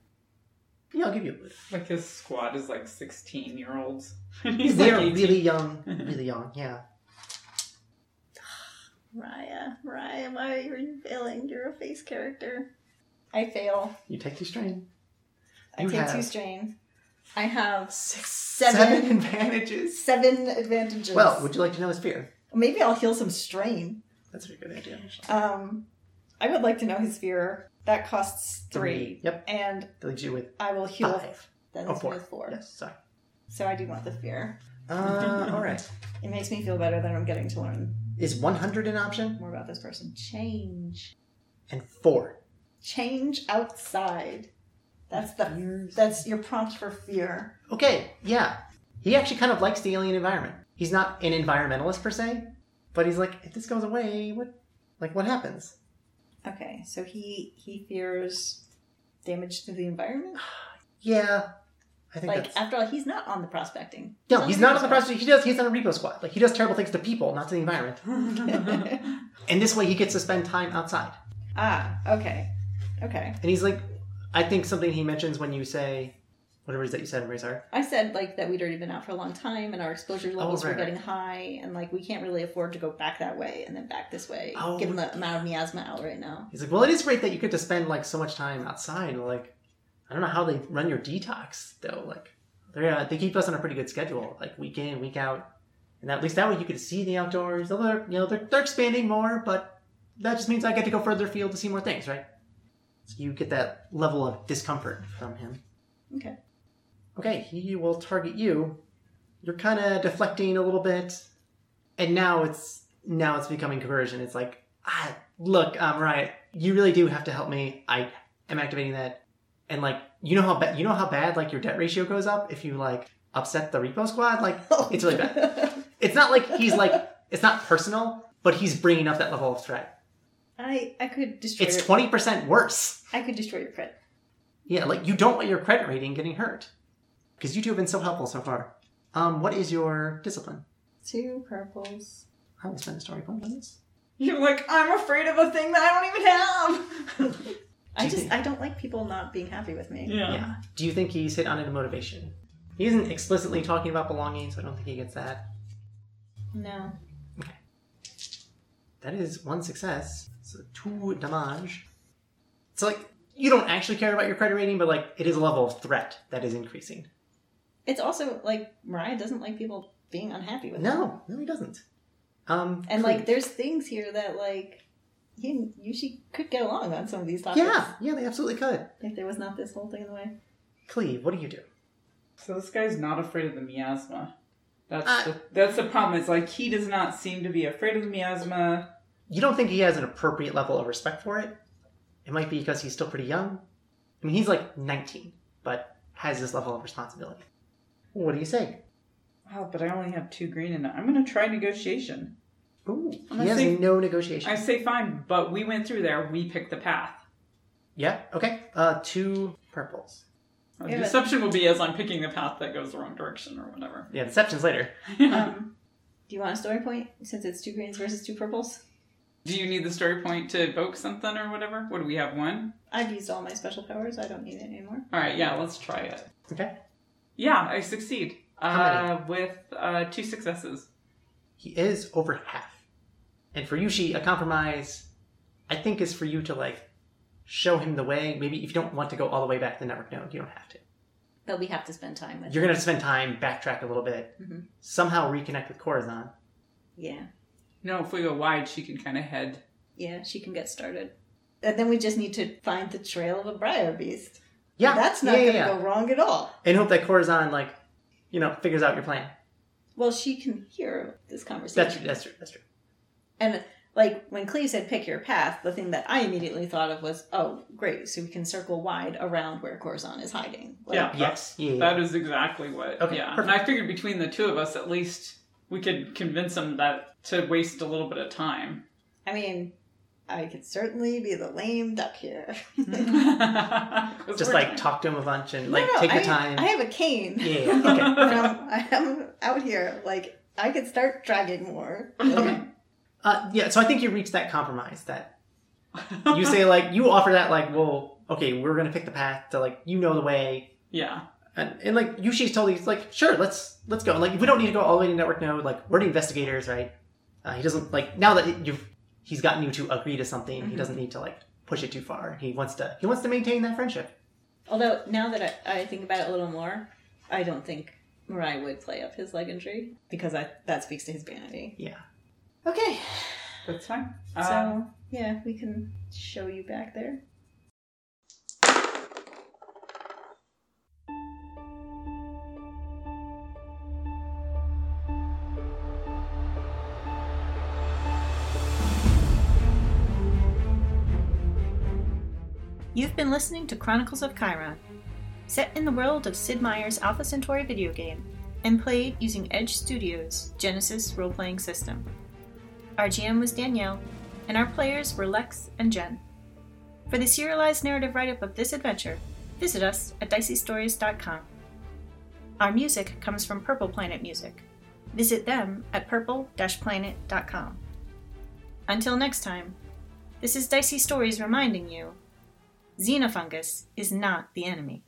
Speaker 2: Yeah, I'll give you.
Speaker 3: Like his squad is like 16 year olds. He's
Speaker 2: They
Speaker 3: like
Speaker 2: are
Speaker 3: 18.
Speaker 2: really young, really young. Yeah,
Speaker 4: Raya, Raya, why are you failing? You're a face character. I fail.
Speaker 2: you take your strain.
Speaker 4: I
Speaker 2: You
Speaker 4: take two
Speaker 2: have-
Speaker 4: strain. I have
Speaker 2: Six,
Speaker 4: Seven.
Speaker 2: advantages.
Speaker 4: seven advantages.
Speaker 2: Well, would you like to know his fear?
Speaker 4: Maybe I'll heal some strain.
Speaker 2: That's a good idea. Michelle.
Speaker 4: Um, I would like to know his fear. That costs three,
Speaker 2: Yep,
Speaker 4: and
Speaker 2: that leaves you with
Speaker 4: I will heal.
Speaker 2: five.
Speaker 4: That
Speaker 2: Oh,
Speaker 4: is
Speaker 2: four.
Speaker 4: with four.
Speaker 2: Yes, sorry.
Speaker 4: So I do want the fear.
Speaker 2: Uh, all right.
Speaker 4: It makes me feel better that I'm getting to learn
Speaker 2: Is 100 an option?
Speaker 4: more about this person. Change,
Speaker 2: And four.
Speaker 4: change outside. That's the
Speaker 2: Fears.
Speaker 4: that's your prompt for fear.
Speaker 2: Okay, yeah. He actually kind of likes the alien environment. He's not an environmentalist per se, but he's like, if this goes away, what, like, what happens?
Speaker 4: Okay, so he he fears damage to the environment.
Speaker 2: Yeah, I think
Speaker 4: Like
Speaker 2: that's.
Speaker 4: after all, he's not on the prospecting.
Speaker 2: no, he's not on the prostitute. He does. He's on a repo squad. Like he does terrible things to people, not to the environment. And this way, he gets to spend time outside.
Speaker 4: Ah, okay. Okay.
Speaker 2: And he's like, I think something he mentions when you say, whatever it is that you said, Razor.
Speaker 4: I said like that we'd already been out for a long time and our exposure levels
Speaker 2: Oh, right,
Speaker 4: were getting high and like we can't really afford to go back that way and then back this way
Speaker 2: Oh.
Speaker 4: given the amount of miasma out right now.
Speaker 2: He's like, well, it is great that you get to spend like so much time outside. Like, I don't know how they run your detox though. Like, they uh, they keep us on a pretty good schedule, like week in, week out, and at least that way you could see the outdoors. Although they're, you know they're they're expanding more, but that just means I get to go further afield to see more things, right? So you get that level of discomfort from him.
Speaker 4: Okay.
Speaker 2: Okay, he will target you. You're kind of deflecting a little bit, and now it's now it's becoming coercion. It's like ah, look, um, Riot, you really do have to help me. I am activating that, and like, you know how bad you know how bad like your debt ratio goes up if you like upset the repo squad. Like, it's really bad. It's not like he's like it's not personal, but he's bringing up that level of threat.
Speaker 4: I I could destroy
Speaker 2: It's
Speaker 4: your,
Speaker 2: twenty percent worse.
Speaker 4: I could destroy your credit.
Speaker 2: Yeah, like you don't want your credit rating getting hurt because you two have been so helpful so far. Um, what is your discipline?
Speaker 4: Two purples.
Speaker 2: I will spend a story point on this.
Speaker 3: You're like, I'm afraid of a thing that I don't even have.
Speaker 4: I
Speaker 2: you
Speaker 4: just
Speaker 2: think-
Speaker 4: I don't like people not being happy with me.
Speaker 3: yeah.
Speaker 2: Yeah. Do you think he's hit on it in motivation? He isn't explicitly talking about belonging, so I don't think he gets that.
Speaker 4: No.
Speaker 2: That is one success. So two damage. So like you don't actually care about your credit rating, but like it is a level of threat that is increasing.
Speaker 4: It's also like Mariah doesn't like people being unhappy with her.
Speaker 2: No, no, he doesn't. Um
Speaker 4: And
Speaker 2: cool.
Speaker 4: like there's things here that like you you she could get along on some of these topics.
Speaker 2: Yeah, yeah, they absolutely could.
Speaker 4: If there was not this whole thing in the way.
Speaker 2: Cleve, what do you do?
Speaker 3: So this guy's not afraid of the miasma. That's
Speaker 2: Uh,
Speaker 3: the, that's the problem. It's like he does not seem to be afraid of the miasma.
Speaker 2: You don't think he has an appropriate level of respect for it? It might be because he's still pretty young. I mean he's like nineteen, but has this level of responsibility. What do you say?
Speaker 3: Wow, Oh, but I only have two green in it. I'm gonna try negotiation.
Speaker 2: Ooh,
Speaker 3: I'm
Speaker 2: he
Speaker 3: gonna
Speaker 2: has
Speaker 3: say-
Speaker 2: no negotiation.
Speaker 3: I say fine, but we went through there. We picked the path.
Speaker 2: Yeah, okay. Uh two purples.
Speaker 3: Uh,
Speaker 4: Yeah, but-
Speaker 3: Deception will be as I'm picking the path that goes the wrong direction or whatever.
Speaker 2: Yeah, deception's later.
Speaker 4: Um, do you want a story point since it's two greens versus two purples?
Speaker 3: Do you need the story point to evoke something or whatever? What do we have? One?
Speaker 4: I've used all my special powers. I don't need it anymore.
Speaker 3: All right, yeah, let's try it.
Speaker 2: Okay.
Speaker 3: Yeah, I succeed.
Speaker 2: How
Speaker 3: Uh, with uh, two successes.
Speaker 2: he is over half. And for Yushi, a compromise, I think, is for you to like show him the way. Maybe if you don't want to go all the way back to the network node, you don't have to.
Speaker 4: But we have to spend time with.
Speaker 2: You're gonna spend time backtrack a little bit,
Speaker 4: Mhm.
Speaker 2: somehow reconnect with Corazon.
Speaker 4: Yeah,
Speaker 3: No, if we go wide, she can kind of head.
Speaker 4: yeah, she can get started. And then we just need to find the trail of a briar beast.
Speaker 2: Yeah,
Speaker 4: that's not
Speaker 2: yeah, yeah,
Speaker 4: going to
Speaker 2: yeah.
Speaker 4: go wrong at all.
Speaker 2: And hope that Corazon like, you know, figures out your plan.
Speaker 4: Well, she can hear this conversation.
Speaker 2: That's true. That's true. That's true.
Speaker 4: And like when Cleve said pick your path, the thing that I immediately thought of was, oh, great, so we can circle wide around where Corazon is hiding. Like,
Speaker 3: Yeah.
Speaker 2: Yes. Yeah.
Speaker 3: That is exactly what.
Speaker 2: Okay,
Speaker 3: yeah.
Speaker 2: perfect.
Speaker 3: And I figured between the two of us, at least we could convince him that to waste a little bit of time.
Speaker 4: I mean, I could certainly be the lame duck here.
Speaker 2: Mm-hmm. Just like talk to him a bunch and like
Speaker 4: No, no,
Speaker 2: take
Speaker 4: I,
Speaker 2: your time.
Speaker 4: I have a cane.
Speaker 2: Yeah. yeah, Okay.
Speaker 4: From- I'm out here. Like I could start dragging more.
Speaker 3: Okay.
Speaker 2: Uh, yeah, so I think you reach that compromise that you say like you offer that like, well, okay, we're gonna pick the path to like you know the way,
Speaker 3: yeah.
Speaker 2: and, and like Yushi's totally he's like, sure, let's let's go. Like we don't need to go all the way to network node. Like we're the investigators, right? Uh, he doesn't like now that you've he's gotten you to agree to something. He
Speaker 4: Mhm.
Speaker 2: doesn't need to like push it too far. He wants to he wants to maintain that friendship.
Speaker 4: Although now that I, I think about it a little more, I don't think Mariah would play up his legendary because I, that speaks to his vanity.
Speaker 2: Yeah.
Speaker 4: Okay.
Speaker 3: That's fine.
Speaker 4: So
Speaker 3: Uh,
Speaker 4: yeah, we can show you back there.
Speaker 1: You've been listening to Chronicles of Chiron, set in the world of Sid Meier's Alpha Centauri video game and played using Edge Studios' Genesis role playing system. Our GM was Danielle, and our players were Lex and Jen. For the serialized narrative write up of this adventure, visit us at diceystories.com. Our music comes from Purple Planet Music. Visit them at purple planet.com. Until next time,
Speaker 4: This is Dicey Stories reminding you Xenofungus is not the enemy.